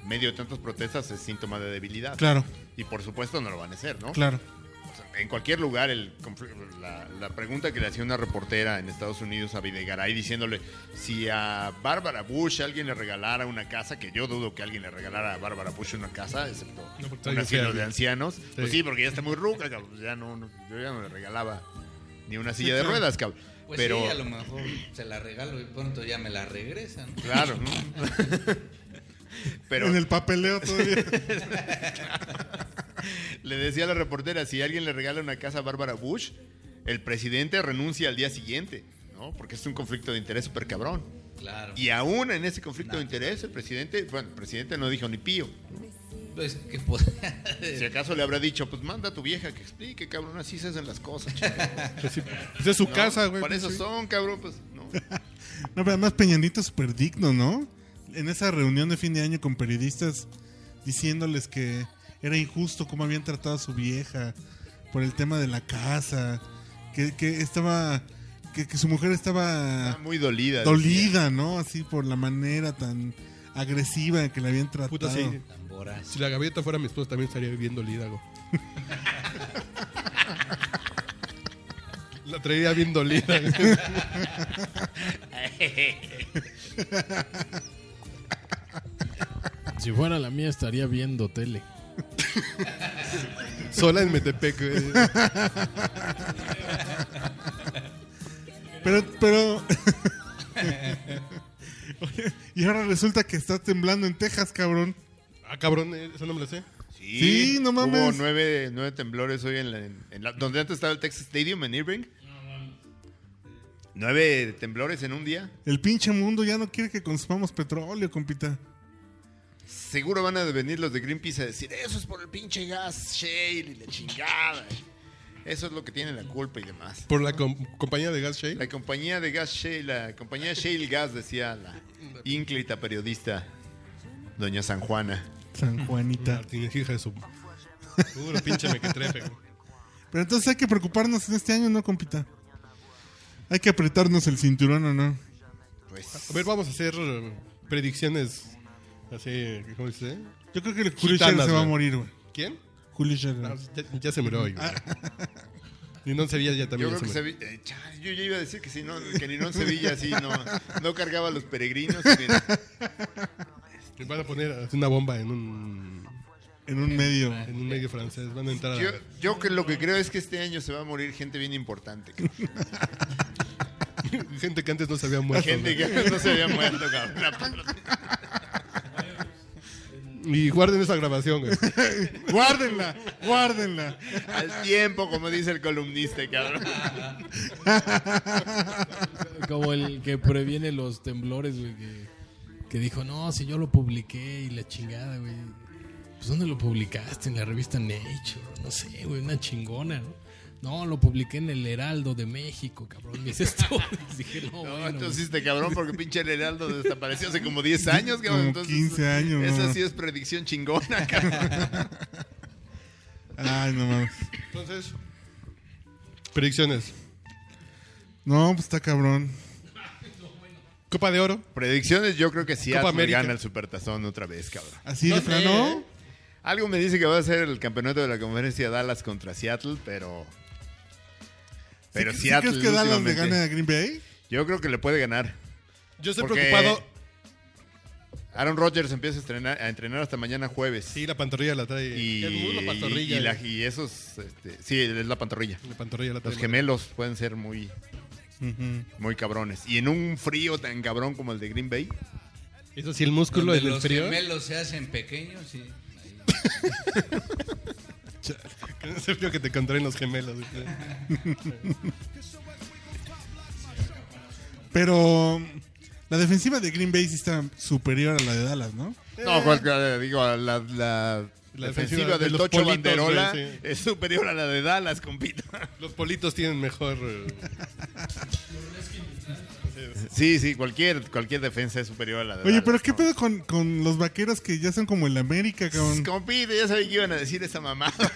[SPEAKER 2] en medio de tantas protestas es síntoma de debilidad.
[SPEAKER 1] claro,
[SPEAKER 2] Y por supuesto no lo van a hacer, ¿no?
[SPEAKER 1] claro.
[SPEAKER 2] O sea, En cualquier lugar, el confl- la, la pregunta que le hacía una reportera en Estados Unidos a Videgaray diciéndole si a Bárbara Bush alguien le regalara una casa, que yo dudo que alguien le regalara a Bárbara Bush una casa, excepto
[SPEAKER 3] No, porque está
[SPEAKER 2] un
[SPEAKER 3] bien
[SPEAKER 2] asilo
[SPEAKER 3] fea,
[SPEAKER 2] de
[SPEAKER 3] ya.
[SPEAKER 2] ancianos. Pues sí, porque ya está muy ruca, cabrón, pues ya no, no- yo ya no le regalaba ni una silla de ruedas, cabrón.
[SPEAKER 5] Pues
[SPEAKER 2] Pero,
[SPEAKER 5] sí, a lo mejor se la regalo y pronto ya me la regresan.
[SPEAKER 2] claro, ¿no? Pero
[SPEAKER 1] en el papeleo todavía.
[SPEAKER 2] Le decía a la reportera, si alguien le regala una casa a Bárbara Bush, el presidente renuncia al día siguiente, ¿no? Porque es un conflicto de interés súper cabrón.
[SPEAKER 5] Claro.
[SPEAKER 2] Y aún en ese conflicto de interés, el presidente, bueno, el presidente no dijo ni pío.
[SPEAKER 5] Pues que podría
[SPEAKER 2] Si acaso le habrá dicho, pues manda a tu vieja que explique, cabrón, así se hacen las cosas, chica,
[SPEAKER 3] Pues sí, pues es su
[SPEAKER 2] ¿no?
[SPEAKER 3] casa, güey.
[SPEAKER 2] Para eso
[SPEAKER 3] sí.
[SPEAKER 2] son, cabrón, pues, no.
[SPEAKER 1] Ah. No, pero además Peñanito es súper digno, ¿no? En esa reunión de fin de año con periodistas diciéndoles que era injusto cómo habían tratado a su vieja por el tema de la casa, que, que estaba, que, que su mujer
[SPEAKER 2] Está
[SPEAKER 1] estaba
[SPEAKER 2] muy dolida. decía.
[SPEAKER 1] dolida, ¿no? Así por la manera tan agresiva en que la habían tratado.
[SPEAKER 3] Puta, sí.
[SPEAKER 5] tan voraz.
[SPEAKER 3] Si la gaviota fuera mi esposa, también estaría bien dolida, güey. La traería bien dolida. güey.
[SPEAKER 4] Si fuera la mía estaría viendo tele.
[SPEAKER 3] Sola en Metepec, güey.
[SPEAKER 1] Pero, pero... Oye, y ahora resulta que está temblando en Texas, cabrón.
[SPEAKER 3] Ah, cabrón, eh, eso no me lo sé.
[SPEAKER 2] Sí,
[SPEAKER 1] Sí, no
[SPEAKER 2] Hubo
[SPEAKER 1] mames.
[SPEAKER 2] nueve, nueve temblores hoy en la, en- en la- donde antes estaba el Texas Stadium en Irving. Nueve temblores en un día.
[SPEAKER 1] El pinche mundo ya no quiere que consumamos petróleo, compita.
[SPEAKER 2] Seguro van a venir los de Greenpeace a decir, eso es por el pinche gas shale y la chingada. Eso es lo que tiene la culpa y demás.
[SPEAKER 3] Por la com- compañía de Gas Shale.
[SPEAKER 2] La compañía de gas shale, la compañía shale gas, decía la ínclita periodista, doña San Juana.
[SPEAKER 1] San Juanita.
[SPEAKER 3] Martínez, Ah, hija de su. Puro pinche mequetrefe, güey.
[SPEAKER 1] Pero entonces hay que preocuparnos en este año, ¿no, compita? Hay que apretarnos el cinturón, ¿o no?
[SPEAKER 2] Pues,
[SPEAKER 3] A ver, vamos a hacer eh, predicciones Así, ¿cómo dice?
[SPEAKER 1] Yo creo que el Julio Scherer
[SPEAKER 3] Gitanas,
[SPEAKER 1] se va a
[SPEAKER 3] güey.
[SPEAKER 1] morir, güey.
[SPEAKER 3] ¿Quién?
[SPEAKER 1] Julio
[SPEAKER 3] No,
[SPEAKER 2] Ah.
[SPEAKER 1] Scherer.
[SPEAKER 3] ya, ya se murió hoy, güey. Y no en Sevilla ya
[SPEAKER 2] Yo
[SPEAKER 3] también
[SPEAKER 2] creo
[SPEAKER 3] ya
[SPEAKER 2] que
[SPEAKER 3] se murió.
[SPEAKER 2] Sevilla, eh, chale, yo ya iba a decir que si no, que ni no en Sevilla así no, no cargaba a los peregrinos. y mira,
[SPEAKER 3] Les Van a poner así una bomba en un,
[SPEAKER 1] En un medio.
[SPEAKER 3] en un medio francés. Van a entrar
[SPEAKER 2] yo,
[SPEAKER 3] a...
[SPEAKER 2] yo que lo que creo es que este año se va a morir gente bien importante. cabrón.
[SPEAKER 3] Gente que antes no se había muerto.
[SPEAKER 2] Gente que no se había muerto, cabrón.
[SPEAKER 3] güey. Y guarden esa grabación, güey.
[SPEAKER 1] guárdenla, guárdenla.
[SPEAKER 2] Al tiempo, como dice el columnista, cabrón.
[SPEAKER 1] Ah,
[SPEAKER 4] Como el que previene los temblores, güey. Que, que dijo, no, si yo lo publiqué y la chingada, güey. Pues ¿dónde lo publicaste? En la revista Nature. No sé, güey, una chingona, ¿no? No, lo publiqué en el Heraldo de México, cabrón. Me dice esto. Dije, no,
[SPEAKER 2] No,
[SPEAKER 4] bueno,
[SPEAKER 2] entonces este cabrón, porque pinche el Heraldo desapareció hace como 10 años, cabrón.
[SPEAKER 1] Como
[SPEAKER 2] Entonces,
[SPEAKER 1] 15 años,
[SPEAKER 2] Esa
[SPEAKER 1] mamá.
[SPEAKER 2] sí es predicción chingona, cabrón.
[SPEAKER 1] Ay, no mames.
[SPEAKER 3] Entonces, predicciones.
[SPEAKER 1] No, pues está cabrón.
[SPEAKER 3] Copa de Oro.
[SPEAKER 2] Predicciones, yo creo que sí
[SPEAKER 3] Copa América.
[SPEAKER 2] gana el supertazón otra vez, cabrón.
[SPEAKER 1] Así
[SPEAKER 3] No
[SPEAKER 1] de
[SPEAKER 3] sé.
[SPEAKER 2] ¿eh?
[SPEAKER 1] plano.
[SPEAKER 2] Algo me dice que va a ser el campeonato de la conferencia Dallas contra Seattle, pero. Pero
[SPEAKER 1] ¿Sí, sí
[SPEAKER 2] Seattle.
[SPEAKER 1] ¿Crees que Dallas le
[SPEAKER 2] últimamente-
[SPEAKER 1] gane a Green Bay?
[SPEAKER 2] Yo creo que le puede ganar.
[SPEAKER 3] Yo estoy
[SPEAKER 2] Porque-
[SPEAKER 3] preocupado.
[SPEAKER 2] Aaron Rodgers empieza a, estrenar- a entrenar hasta mañana jueves.
[SPEAKER 3] Sí, la pantorrilla la trae.
[SPEAKER 2] y,
[SPEAKER 3] el muslo
[SPEAKER 2] y-
[SPEAKER 3] pantorrilla. eh.
[SPEAKER 2] y la-
[SPEAKER 3] güey.
[SPEAKER 2] y esos. este, sí, es la pantorrilla.
[SPEAKER 3] La pantorrilla la trae.
[SPEAKER 2] Los gemelos pueden ser muy,
[SPEAKER 1] Ujú.
[SPEAKER 2] muy cabrones. Y en un frío tan cabrón como el de Green Bay.
[SPEAKER 3] Eso sí, el músculo
[SPEAKER 5] Donde
[SPEAKER 3] del
[SPEAKER 5] los
[SPEAKER 3] frío.
[SPEAKER 5] gemelos se hacen pequeños y ahí
[SPEAKER 3] Ese frío que te contraen los gemelos. güey.
[SPEAKER 1] Pero um, la defensiva de Green Bay sí está superior a la de Dallas, ¿no?
[SPEAKER 2] No, cualquiera, digo, la, la
[SPEAKER 3] Eh. La
[SPEAKER 2] defensiva
[SPEAKER 3] defensiva de
[SPEAKER 2] del
[SPEAKER 3] los
[SPEAKER 2] Tocho
[SPEAKER 3] politos,
[SPEAKER 2] Banderola
[SPEAKER 3] güey, sí.
[SPEAKER 2] es superior a la de Dallas, compita.
[SPEAKER 3] Los politos tienen mejor. eh,
[SPEAKER 2] Sí, sí, cualquier, cualquier defensa es superior a la de
[SPEAKER 1] Oye,
[SPEAKER 2] Dallas,
[SPEAKER 1] pero ¿qué
[SPEAKER 2] ¿no?
[SPEAKER 1] pedo con, con los vaqueros que ya son como el América, cabrón?
[SPEAKER 2] Compita, ya sabía que iban a decir esa mamada.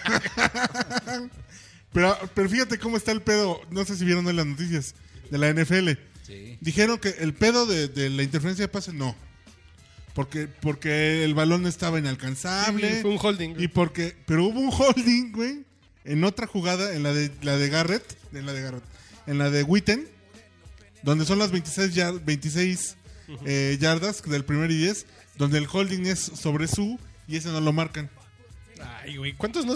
[SPEAKER 1] Pero, pero fíjate cómo está el pedo. No sé si vieron hoy las noticias de la NFL.
[SPEAKER 5] sí.
[SPEAKER 1] Dijeron que el pedo de, de la interferencia de pase no. Porque, porque el balón estaba inalcanzable.
[SPEAKER 3] Sí, fue un holding.
[SPEAKER 1] Y porque. Pero hubo un holding, güey. En otra jugada, en la de la de Garrett. En la de Garrett. En la de Witten. Donde son las 26, yar- 26 eh, yardas del primer y 10. Donde el holding es sobre su. Y ese no lo marcan.
[SPEAKER 3] Ay, güey, ¿cuántos no,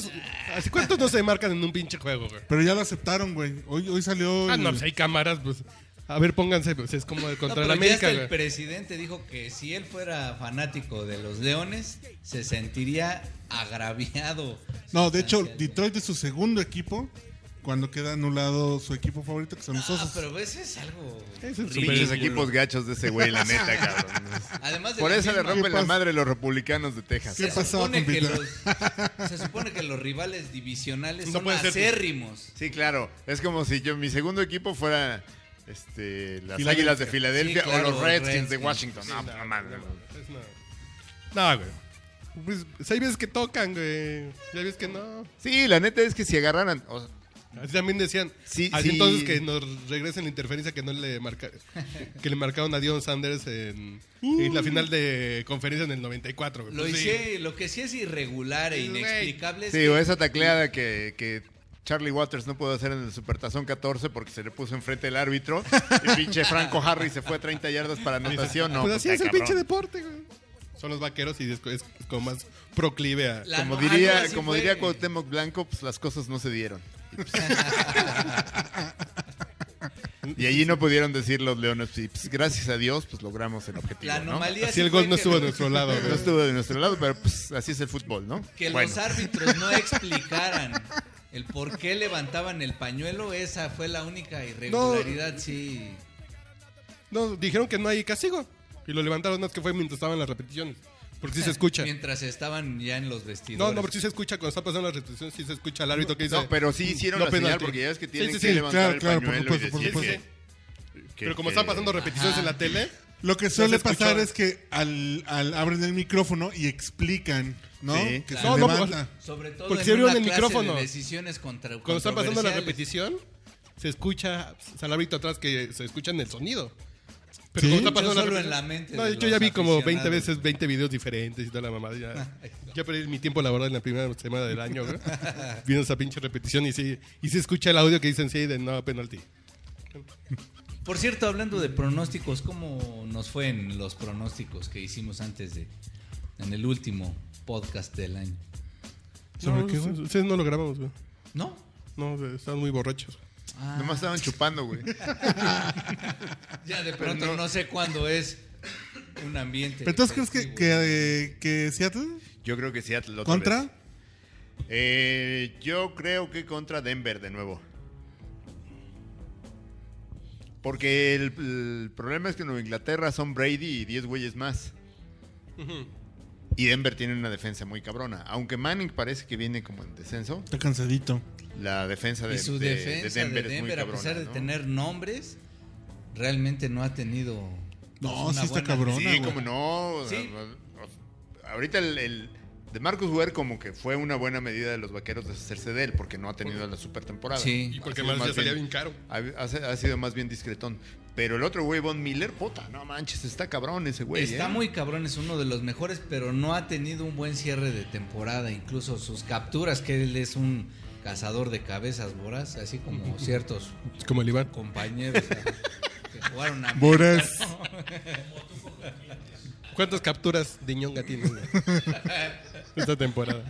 [SPEAKER 3] así, ¿cuántos no se marcan en un pinche juego, güey?
[SPEAKER 1] Pero ya lo aceptaron, güey. Hoy, hoy salió.
[SPEAKER 3] Ah,
[SPEAKER 1] el-
[SPEAKER 3] no, pues hay cámaras, pues. A ver, pónganse, pues es como de
[SPEAKER 5] No,
[SPEAKER 3] contra
[SPEAKER 5] pero
[SPEAKER 3] la
[SPEAKER 5] ya
[SPEAKER 3] América,
[SPEAKER 5] hasta el
[SPEAKER 3] güey.
[SPEAKER 5] presidente dijo que si él fuera fanático de los Leones, se sentiría agraviado.
[SPEAKER 1] No, de hecho,
[SPEAKER 5] sustancialmente.
[SPEAKER 1] Detroit es su segundo equipo. Cuando queda anulado su equipo favorito, que son los
[SPEAKER 5] Ah,
[SPEAKER 1] osos.
[SPEAKER 5] pero ves, es algo.
[SPEAKER 3] Ese es
[SPEAKER 5] ridículo.
[SPEAKER 2] Pinches equipos gachos de ese güey, la neta, cabrón.
[SPEAKER 5] Además de
[SPEAKER 2] Por
[SPEAKER 5] la
[SPEAKER 2] eso le
[SPEAKER 5] misma-
[SPEAKER 2] rompen la
[SPEAKER 1] pasa?
[SPEAKER 2] madre los republicanos de Texas.
[SPEAKER 1] ¿Qué
[SPEAKER 5] se
[SPEAKER 1] pasó,
[SPEAKER 5] supone que
[SPEAKER 1] compita?
[SPEAKER 5] los- Se supone que los rivales divisionales
[SPEAKER 3] No
[SPEAKER 5] son
[SPEAKER 3] pueden ser-
[SPEAKER 5] acérrimos.
[SPEAKER 2] Sí, claro. Es como si yo mi segundo equipo fuera este, las
[SPEAKER 1] Filadelfia.
[SPEAKER 2] Águilas de Filadelfia
[SPEAKER 5] Sí, claro,
[SPEAKER 2] o los Redskins, de
[SPEAKER 5] Redskins.
[SPEAKER 2] Washington. No, no mames.
[SPEAKER 3] Es una- No, güey. Pues, pues hay veces que tocan, güey. Ya hay veces que no.
[SPEAKER 2] Sí, la neta es que si agarraran. o sea,
[SPEAKER 3] Así también decían.
[SPEAKER 2] Sí,
[SPEAKER 3] así
[SPEAKER 2] sí.
[SPEAKER 3] entonces que nos regresen la interferencia que no le marca, que le marcaron a Dion Sanders en, en la final de conferencia en el 94, güey.
[SPEAKER 5] Lo,
[SPEAKER 3] Pues, sí.
[SPEAKER 5] hice- lo que sí es irregular e
[SPEAKER 3] Sí, güey.
[SPEAKER 5] inexplicable es
[SPEAKER 2] sí,
[SPEAKER 5] que
[SPEAKER 2] o esa tacleada que, que Charlie Waters no pudo hacer en el Supertazón 14 porque se le puso enfrente el árbitro. y pinche Franco Harry se fue a 30 yardas para anotación. No,
[SPEAKER 3] pues así
[SPEAKER 2] puta,
[SPEAKER 3] es el
[SPEAKER 2] cabrón.
[SPEAKER 3] pinche deporte, güey. Son los vaqueros y es, es como más proclive a.
[SPEAKER 5] La-
[SPEAKER 2] Como
[SPEAKER 5] Ah,
[SPEAKER 2] diría,
[SPEAKER 5] no, así
[SPEAKER 2] como
[SPEAKER 5] fue.
[SPEAKER 2] diría Cuauhtémoc Blanco, pues las cosas no se dieron. pues, Y allí no pudieron decir los leones, y, pues, gracias a Dios, pues logramos el objetivo,
[SPEAKER 5] la
[SPEAKER 2] ¿no?
[SPEAKER 5] anomalía
[SPEAKER 3] Así
[SPEAKER 5] sí
[SPEAKER 3] el gol
[SPEAKER 5] fue
[SPEAKER 3] no
[SPEAKER 5] que-
[SPEAKER 3] estuvo a nuestro lado,
[SPEAKER 2] No
[SPEAKER 3] güey.
[SPEAKER 2] estuvo de nuestro lado, pero pues así es el fútbol, ¿no?
[SPEAKER 5] que
[SPEAKER 2] Bueno,
[SPEAKER 5] los árbitros no explicaran el por qué levantaban el pañuelo, esa fue la única irregularidad, sí.
[SPEAKER 3] No, dijeron que no hay castigo. Y lo levantaron, no es que fue mientras estaban las repeticiones. Porque
[SPEAKER 2] Eh,
[SPEAKER 3] sí se escucha.
[SPEAKER 5] Mientras estaban ya en los
[SPEAKER 3] No,
[SPEAKER 5] vestidores.
[SPEAKER 3] no, porque sí se escucha cuando está pasando las repeticiones, sí se escucha al árbito que dice. "Mm,
[SPEAKER 2] no, pero sí hicieron
[SPEAKER 3] no
[SPEAKER 2] la señal
[SPEAKER 3] penalti.
[SPEAKER 2] porque ya es que
[SPEAKER 3] Sí,
[SPEAKER 2] tienen
[SPEAKER 3] sí,
[SPEAKER 2] que
[SPEAKER 3] sí,
[SPEAKER 2] levantar
[SPEAKER 1] claro,
[SPEAKER 2] el
[SPEAKER 1] claro, por
[SPEAKER 2] pañuelo
[SPEAKER 1] supuesto, por
[SPEAKER 2] y decir
[SPEAKER 1] supuesto.
[SPEAKER 2] que- que-
[SPEAKER 3] Pero como
[SPEAKER 2] que-
[SPEAKER 3] están pasando repeticiones en la tele,
[SPEAKER 1] Lo que suele
[SPEAKER 3] ¿No se escuchó?
[SPEAKER 1] pasar es que al, al abren el micrófono y explican, ¿no?
[SPEAKER 2] Sí.
[SPEAKER 1] que
[SPEAKER 5] No,
[SPEAKER 1] se
[SPEAKER 3] no, pues,
[SPEAKER 1] levanta.
[SPEAKER 5] Sobre todo
[SPEAKER 3] Porque
[SPEAKER 5] en
[SPEAKER 3] sí abrieron
[SPEAKER 5] una
[SPEAKER 3] el
[SPEAKER 5] clase
[SPEAKER 3] micrófono.
[SPEAKER 5] de decisiones contra
[SPEAKER 3] cuando están pasando la
[SPEAKER 5] controversiales.
[SPEAKER 3] repetición, se escucha pues, al árbito atrás que se escucha en el sonido. Pero
[SPEAKER 1] ¿Sí?
[SPEAKER 3] como está pasando
[SPEAKER 5] Yo solo
[SPEAKER 3] la-
[SPEAKER 5] en la mente
[SPEAKER 3] No,
[SPEAKER 5] de
[SPEAKER 3] yo
[SPEAKER 5] los
[SPEAKER 3] ya vi como 20
[SPEAKER 5] aficionados.
[SPEAKER 3] veces 20 videos diferentes y toda la mamada. Ya, ya perdí mi tiempo laboral en la primera semana del año, güey. Viendo esa pinche repetición y sí, y se escucha el audio que dicen sí de no penalti.
[SPEAKER 5] Por cierto, hablando de pronósticos, ¿cómo nos fue en los pronósticos que hicimos antes de. en el último podcast del año?
[SPEAKER 1] ¿Sobre
[SPEAKER 3] no,
[SPEAKER 1] qué, güey?
[SPEAKER 3] Ustedes no lo grabamos, güey.
[SPEAKER 5] ¿No?
[SPEAKER 3] No, güey, estaban muy borrachos.
[SPEAKER 5] Ah,
[SPEAKER 2] Nomás estaban chupando, güey.
[SPEAKER 5] ya de pronto
[SPEAKER 2] Pero
[SPEAKER 5] no.
[SPEAKER 2] no-
[SPEAKER 5] sé cuándo es un ambiente.
[SPEAKER 1] ¿Pero entonces crees que,
[SPEAKER 5] festivo.
[SPEAKER 1] que, eh, que Seattle
[SPEAKER 2] Yo creo que Seattle otra
[SPEAKER 1] contra?
[SPEAKER 2] vez. Eh, yo creo que contra Denver de nuevo. Porque el, el problema es que Nueva Inglaterra son Brady y 10 güeyes más. Y Denver tiene una defensa muy cabrona. Aunque Manning parece que viene como en descenso,
[SPEAKER 1] Está cansadito.
[SPEAKER 2] la defensa de,
[SPEAKER 5] Y su
[SPEAKER 2] de- de
[SPEAKER 5] defensa de Denver,
[SPEAKER 2] Denver, es muy
[SPEAKER 5] a
[SPEAKER 2] cabrona.
[SPEAKER 5] pesar de
[SPEAKER 2] ¿no?
[SPEAKER 5] tener nombres, realmente no ha tenido. pues,
[SPEAKER 1] No,
[SPEAKER 5] una
[SPEAKER 1] sí está
[SPEAKER 5] buena-
[SPEAKER 1] cabrona,
[SPEAKER 2] Sí,
[SPEAKER 1] güey.
[SPEAKER 2] como no. o sea,
[SPEAKER 5] Sí.
[SPEAKER 2] o- ahorita el, el- de Marcus Ware como que fue una buena medida de los vaqueros deshacerse de él porque no ha tenido la super temporada.
[SPEAKER 5] Sí.
[SPEAKER 3] Y porque
[SPEAKER 2] Ha sido
[SPEAKER 3] más ya
[SPEAKER 2] más
[SPEAKER 3] salía
[SPEAKER 2] bien-
[SPEAKER 3] bien caro.
[SPEAKER 2] Ha, ha- ha sido más bien discretón. Pero el otro güey, Von Miller, puta, no manches, está cabrón ese güey.
[SPEAKER 5] Está
[SPEAKER 2] ¿eh?
[SPEAKER 5] muy cabrón, es uno de los mejores, pero no ha tenido un buen cierre de temporada. Incluso sus capturas, que él es un cazador de cabezas voraz, así como ciertos
[SPEAKER 3] Como el Iván.
[SPEAKER 5] compañeros a- que jugaron a.
[SPEAKER 1] Boras.
[SPEAKER 3] ¿Cuántas capturas de ñonga tienes güey? esta temporada?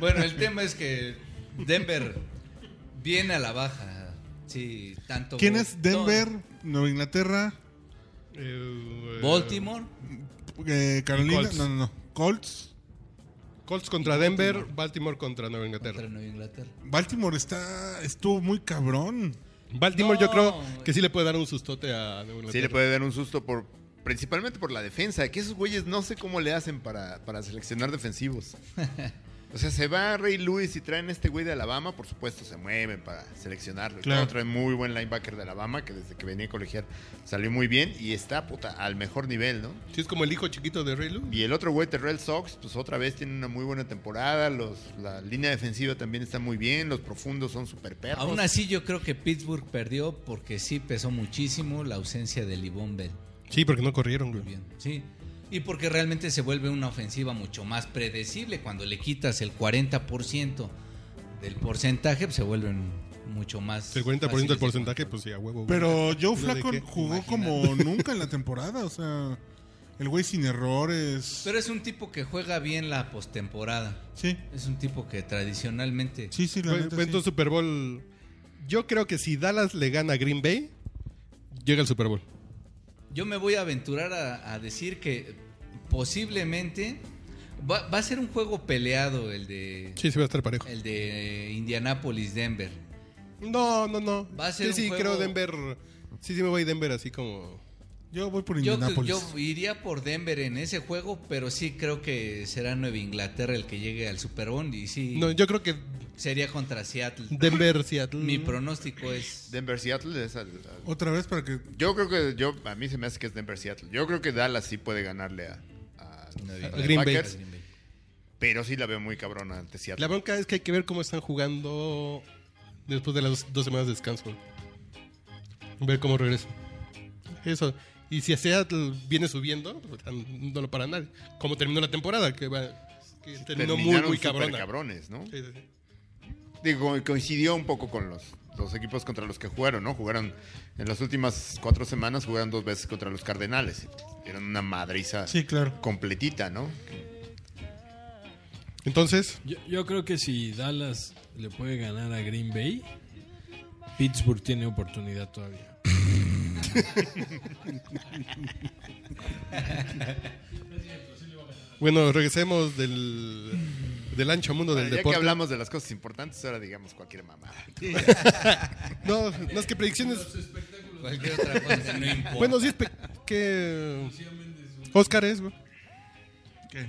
[SPEAKER 5] Bueno, el tema es que Denver viene a la baja. Sí, tanto.
[SPEAKER 1] ¿Quién es
[SPEAKER 5] Boston-
[SPEAKER 1] Denver, Nueva Inglaterra,
[SPEAKER 3] Eh,
[SPEAKER 5] Baltimore.
[SPEAKER 1] eh, Carolina?
[SPEAKER 3] Colts.
[SPEAKER 1] No, no, no. Colts.
[SPEAKER 3] Colts contra Denver, Baltimore contra Nueva
[SPEAKER 5] Contra
[SPEAKER 3] Inglaterra.
[SPEAKER 5] Nueva Inglaterra.
[SPEAKER 1] Baltimore está estuvo muy cabrón.
[SPEAKER 3] Baltimore yo
[SPEAKER 5] No,
[SPEAKER 3] creo
[SPEAKER 5] güey.
[SPEAKER 3] que sí le puede dar un sustote a Nueva Inglaterra.
[SPEAKER 2] Sí, le puede dar un susto por principalmente por la defensa, que esos güeyes no sé cómo le hacen para, para seleccionar defensivos. O sea, se va Ray Lewis y traen a este güey de Alabama, por supuesto, se mueven para seleccionarlo.
[SPEAKER 1] Claro.
[SPEAKER 2] Claro. Traen muy buen linebacker de Alabama, que desde que venía a colegiar salió muy bien y está, puta, al mejor nivel, ¿no?
[SPEAKER 3] Sí, es como el hijo chiquito de Raylu.
[SPEAKER 2] Y el otro güey, Terrell Sox, pues otra vez tiene una muy buena temporada. Los, la línea defensiva también está muy bien. Los profundos son super perros.
[SPEAKER 5] Aún así, yo creo que Pittsburgh perdió porque sí pesó muchísimo la ausencia de Livon Bell.
[SPEAKER 3] Sí, porque no corrieron,
[SPEAKER 5] Muy bien, sí. Y porque realmente se vuelve una ofensiva mucho más predecible cuando le quitas el 40% del porcentaje, pues, se vuelven mucho más.
[SPEAKER 3] El 40% del
[SPEAKER 5] fáciles de
[SPEAKER 3] porcentaje, pues sí, a huevo. güey.
[SPEAKER 1] Pero Joe
[SPEAKER 3] de
[SPEAKER 1] Flacco
[SPEAKER 3] qué?
[SPEAKER 1] jugó
[SPEAKER 5] Imagínate.
[SPEAKER 1] como nunca en la temporada. O sea, el güey sin errores.
[SPEAKER 5] Pero es un tipo que juega bien la postemporada.
[SPEAKER 1] sí,
[SPEAKER 5] Es un tipo que tradicionalmente.
[SPEAKER 1] sí, sí, la
[SPEAKER 3] Fue-
[SPEAKER 1] neta,
[SPEAKER 3] fue
[SPEAKER 1] sí.
[SPEAKER 3] en tu Super Bowl. Yo creo que si Dallas le gana a Green Bay, llega al Super Bowl.
[SPEAKER 5] Yo me voy a aventurar a, a decir que posiblemente va, va a ser un juego peleado el de
[SPEAKER 3] Sí, sí va a estar parejo.
[SPEAKER 5] el de Indianapolis Denver.
[SPEAKER 3] No, no, no.
[SPEAKER 5] Va a
[SPEAKER 3] sí,
[SPEAKER 5] ser
[SPEAKER 3] sí,
[SPEAKER 5] un juego-
[SPEAKER 3] creo Denver. Sí, sí me voy Denver así como...
[SPEAKER 1] Yo voy por
[SPEAKER 5] Yo,
[SPEAKER 1] Indianapolis.
[SPEAKER 5] yo iría por Denver en ese juego, pero sí creo que será Nueva Inglaterra el que llegue al Super Bowl y sí
[SPEAKER 3] No, yo creo que
[SPEAKER 5] sería contra Seattle.
[SPEAKER 3] Denver, Seattle...
[SPEAKER 5] Mi pronóstico es
[SPEAKER 2] Denver Seattle es al- al-
[SPEAKER 1] Otra vez para que
[SPEAKER 2] Yo creo que yo a mí se me hace que es Denver Seattle. Yo creo que Dallas sí puede ganarle a, a- a los
[SPEAKER 3] Green Bay.
[SPEAKER 2] Packers, pero sí la veo muy cabrona ante
[SPEAKER 3] La
[SPEAKER 2] Seattle.
[SPEAKER 3] bronca es que hay que ver cómo están jugando después de las dos, dos semanas de descanso. Ver cómo regresa. Eso. Y si Seattle viene subiendo, pues, no lo para nadie. Como terminó la temporada, que, va, que terminó muy,
[SPEAKER 2] Terminaron
[SPEAKER 3] muy
[SPEAKER 2] súper
[SPEAKER 3] cabrona.
[SPEAKER 2] cabrones, ¿no?
[SPEAKER 3] Sí, sí, sí.
[SPEAKER 2] Digo, coincidió un poco con los, los equipos contra los que jugaron, ¿no? Jugaron en las últimas cuatro semanas, jugaron dos veces contra los Cardenales. Eran una madriza
[SPEAKER 1] Sí, claro.
[SPEAKER 2] completita, ¿no?
[SPEAKER 3] Entonces,
[SPEAKER 4] Yo, yo creo que si Dallas le puede ganar a Green Bay, Pittsburgh tiene oportunidad todavía.
[SPEAKER 3] bueno, regresemos del, del ancho mundo del
[SPEAKER 2] ya que
[SPEAKER 3] deporte.
[SPEAKER 2] hablamos de las cosas importantes, ahora digamos cualquier mamada.
[SPEAKER 3] No, no es que predicciones.
[SPEAKER 5] Cualquier otra cosa, no importa.
[SPEAKER 3] Bueno, sí, espe- que. Oscar es, güey.
[SPEAKER 1] ¿Qué?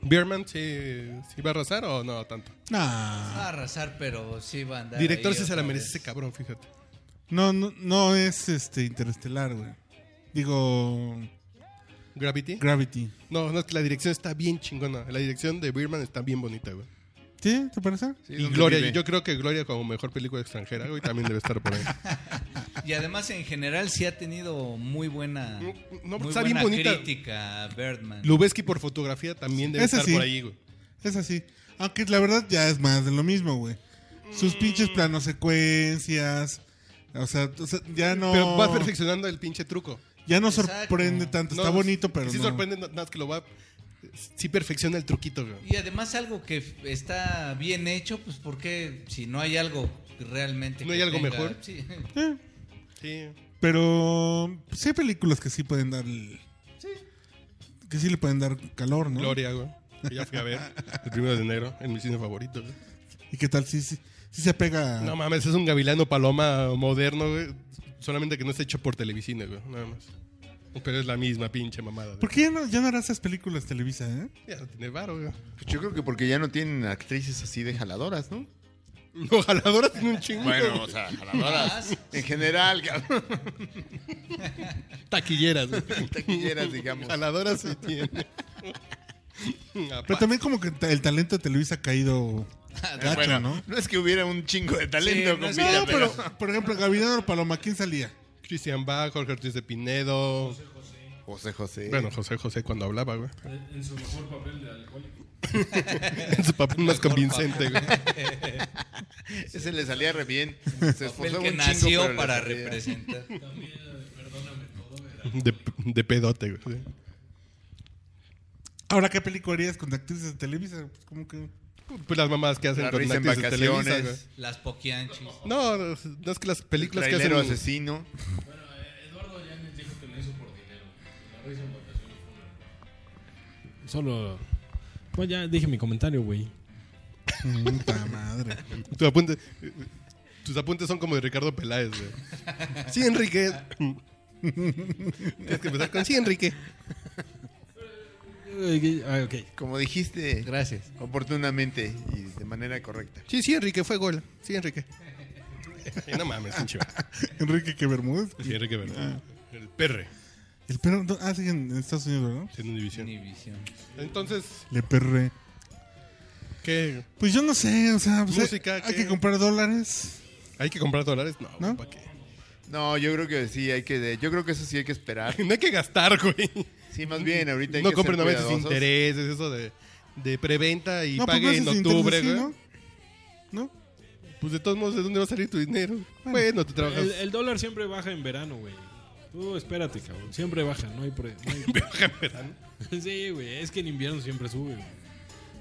[SPEAKER 3] Bierman, ¿sí, ¿sí va a arrasar o no tanto?
[SPEAKER 1] Nah.
[SPEAKER 5] Va a arrasar, pero sí va a andar.
[SPEAKER 3] Director
[SPEAKER 5] ahí
[SPEAKER 3] sí se la
[SPEAKER 5] otra
[SPEAKER 3] merece
[SPEAKER 5] vez.
[SPEAKER 3] ese cabrón, fíjate.
[SPEAKER 1] No, no, no es este interestelar, güey. Digo,
[SPEAKER 3] Gravity.
[SPEAKER 1] Gravity.
[SPEAKER 3] No, no, es que la dirección está bien chingona. La dirección de Birman está bien bonita, güey.
[SPEAKER 1] ¿Sí? ¿Te parece?
[SPEAKER 2] Sí,
[SPEAKER 3] Y
[SPEAKER 2] ¿dónde
[SPEAKER 3] Gloria,
[SPEAKER 2] vive?
[SPEAKER 3] yo creo que Gloria como mejor película extranjera, güey, también debe estar por ahí.
[SPEAKER 5] Y además en general sí ha tenido muy buena,
[SPEAKER 3] No, no,
[SPEAKER 5] muy
[SPEAKER 3] está bien
[SPEAKER 5] buena
[SPEAKER 3] bonita.
[SPEAKER 5] crítica Birdman.
[SPEAKER 3] Lubeski por fotografía también debe
[SPEAKER 1] Ese
[SPEAKER 3] estar
[SPEAKER 1] sí.
[SPEAKER 3] por ahí, güey.
[SPEAKER 1] Es así. Aunque la verdad ya es más de lo mismo, güey. Sus pinches planos secuencias. O sea, o sea, ya no.
[SPEAKER 3] Pero va perfeccionando el pinche truco.
[SPEAKER 1] Ya no
[SPEAKER 5] Exacto.
[SPEAKER 1] sorprende tanto.
[SPEAKER 3] No,
[SPEAKER 1] Está bonito, pero
[SPEAKER 3] Sí
[SPEAKER 1] no.
[SPEAKER 3] sorprende nada más que lo va... Sí perfecciona el truquito, güey.
[SPEAKER 5] Y además algo que f- está bien hecho, pues porque si no hay algo realmente...
[SPEAKER 3] ¿No
[SPEAKER 5] que
[SPEAKER 3] hay algo
[SPEAKER 5] tenga-
[SPEAKER 3] mejor?
[SPEAKER 5] Sí,
[SPEAKER 1] Eh,
[SPEAKER 3] Sí.
[SPEAKER 1] pero sí hay películas que sí pueden dar. el- Que sí le pueden dar calor, ¿no?
[SPEAKER 3] Gloria, güey. que Ya fui a ver el primero de enero en mi cine favorito, güey.
[SPEAKER 1] ¿Y qué tal si, si, si se pega?
[SPEAKER 3] No mames, es un gavilano paloma moderno, güey. Solamente que no está hecho por televisión, güey, nada más. Pero es la misma pinche mamada.
[SPEAKER 1] ¿Por
[SPEAKER 3] Porque
[SPEAKER 1] qué ya no, ya no hará esas películas Televisa, eh?
[SPEAKER 3] Ya no tiene varo, güey.
[SPEAKER 2] Pues yo creo que porque ya no tienen actrices así de jaladoras, ¿no?
[SPEAKER 3] No, jaladora tiene un chingo.
[SPEAKER 2] Bueno, o sea, jaladoras.
[SPEAKER 5] Más.
[SPEAKER 2] en general, cabrón,
[SPEAKER 3] Taquilleras, güey.
[SPEAKER 2] taquilleras, digamos.
[SPEAKER 3] Jaladoras sí tiene.
[SPEAKER 1] Pero también como que ta- el talento de Televisa ha caído
[SPEAKER 3] Ah,
[SPEAKER 1] gacho,
[SPEAKER 2] Eh, Bueno,
[SPEAKER 1] ¿no?
[SPEAKER 2] no es que hubiera un chingo de talento,
[SPEAKER 5] Sí, no es-
[SPEAKER 2] compilla,
[SPEAKER 1] No,
[SPEAKER 2] pero...
[SPEAKER 1] pero, por ejemplo, Gavidano Paloma, ¿quién salía?
[SPEAKER 3] Cristian Bach, Jorge Ortiz de Pinedo.
[SPEAKER 2] José José.
[SPEAKER 3] Bueno, José José cuando hablaba, güey.
[SPEAKER 4] En su mejor papel de alcohólico.
[SPEAKER 3] En su papel más convincente, güey.
[SPEAKER 2] ese le salía re bien. Se
[SPEAKER 5] el
[SPEAKER 2] esforzó
[SPEAKER 5] que
[SPEAKER 2] un
[SPEAKER 5] nació
[SPEAKER 2] chingo, pero
[SPEAKER 5] para
[SPEAKER 2] le salía.
[SPEAKER 5] representar.
[SPEAKER 3] De, de pedote, güey. sí.
[SPEAKER 1] Ahora, ¿qué película harías con actrices de Televisa? Pues como que...
[SPEAKER 3] Pues las mamás que hacen
[SPEAKER 2] La
[SPEAKER 3] con
[SPEAKER 2] risa en
[SPEAKER 3] actrices de Televisa, güey.
[SPEAKER 2] vacaciones.
[SPEAKER 5] Las poquianchis.
[SPEAKER 3] No, no no, es que las películas que hacen.
[SPEAKER 2] Trailero asesino.
[SPEAKER 4] eh, Eduardo Llanes dijo que lo hizo por dinero. La hizo en vacaciones Solo. Pues ya dije mi comentario, güey.
[SPEAKER 1] Puta madre.
[SPEAKER 3] Tus apuntes, tus apuntes son como de Ricardo Peláez, güey. Sí, Enrique. Tienes que empezar con sí, Enrique.
[SPEAKER 5] Eh,
[SPEAKER 4] Ah, ok.
[SPEAKER 2] Como dijiste
[SPEAKER 5] Gracias.
[SPEAKER 2] oportunamente y de manera correcta.
[SPEAKER 3] Sí, sí, Enrique, fue gol. Sí, Enrique. Eh, no mames, pinche.
[SPEAKER 1] Enrique que Bermúdez.
[SPEAKER 3] Sí, Enrique, ¿verdad? El perre,
[SPEAKER 1] El perro... no, Ah, sí, en Estados Unidos, ¿verdad?
[SPEAKER 3] en división.
[SPEAKER 5] Univision.
[SPEAKER 3] Entonces,
[SPEAKER 1] Le perré.
[SPEAKER 3] ¿qué?
[SPEAKER 1] Pues yo no sé, o sea... pues,
[SPEAKER 3] Música,
[SPEAKER 1] hay- Hay
[SPEAKER 3] ¿qué?
[SPEAKER 1] que comprar dólares.
[SPEAKER 3] ¿Hay que comprar dólares? No,
[SPEAKER 1] ¿No?
[SPEAKER 3] ¿para qué?
[SPEAKER 2] No, yo creo que sí, hay que. de- Yo creo que eso sí hay que esperar.
[SPEAKER 3] No hay que gastar, güey.
[SPEAKER 2] Sí, más bien, ahorita hay
[SPEAKER 3] No
[SPEAKER 2] que
[SPEAKER 3] compren
[SPEAKER 2] ser
[SPEAKER 3] a veces
[SPEAKER 2] cuidadosos.
[SPEAKER 3] intereses, eso de, de preventa y
[SPEAKER 1] no, pues,
[SPEAKER 3] pague en
[SPEAKER 1] meses sin
[SPEAKER 3] octubre,
[SPEAKER 1] intereses,
[SPEAKER 3] güey.
[SPEAKER 1] sí, ¿No? ¿No?
[SPEAKER 3] Pues de todos modos, ¿de dónde va a salir tu dinero? Bueno, tú trabajas.
[SPEAKER 4] El, el dólar siempre baja en verano, güey. Tú espérate, cabrón. Siempre baja, no hay. pre- no hay- sí, güey. Es que en invierno siempre sube,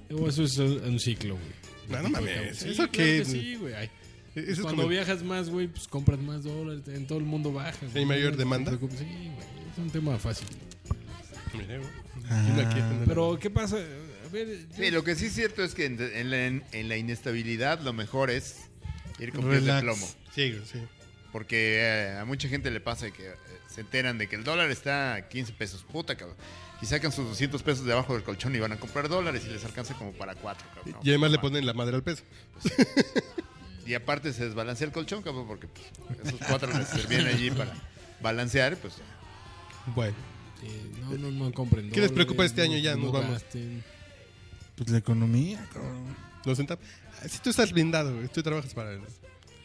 [SPEAKER 4] güey. O Eso es un un ciclo, güey.
[SPEAKER 3] No, no mames.
[SPEAKER 4] Sí,
[SPEAKER 3] ¿Eso
[SPEAKER 4] claro
[SPEAKER 3] qué?
[SPEAKER 4] que sí, güey. Ay,
[SPEAKER 3] Eso es
[SPEAKER 4] Cuando
[SPEAKER 3] como-
[SPEAKER 4] viajas más, güey, pues compras más dólares. En todo el mundo baja. güey.
[SPEAKER 3] hay mayor
[SPEAKER 4] No te
[SPEAKER 3] demanda?
[SPEAKER 4] preocupes. Sí, güey. Es un tema fácil.
[SPEAKER 3] Mira, güey. Y no quieren nada.
[SPEAKER 4] Pero, ¿qué pasa? A ver. yo-
[SPEAKER 2] Ah. Sí, lo que sí es cierto es que en, en la, en la inestabilidad lo mejor es ir con pies de
[SPEAKER 1] Relax.
[SPEAKER 2] plomo.
[SPEAKER 3] Sí, güey, sí.
[SPEAKER 2] Porque eh, a mucha gente le pasa que eh, se enteran de que el dólar está a 15 pesos. Puta, cabrón. Y sacan sus 200 pesos debajo del colchón y van a comprar dólares y les alcanza como para cuatro, cabrón.
[SPEAKER 3] Y además le ponen la madre al peso.
[SPEAKER 2] Y aparte se desbalancea el colchón, cabrón, porque pues, esos cuatro les servían allí para balancear, pues ya.
[SPEAKER 3] Bueno.
[SPEAKER 4] Sí, eh, no, no, no compren
[SPEAKER 3] ¿Qué les
[SPEAKER 4] dólares,
[SPEAKER 3] preocupa este año? Ya nos vamos.
[SPEAKER 4] gasten.
[SPEAKER 1] Pues la economía, cabrón.
[SPEAKER 3] Los senta- Ah, Si tú estás blindado, güey. Tú trabajas para el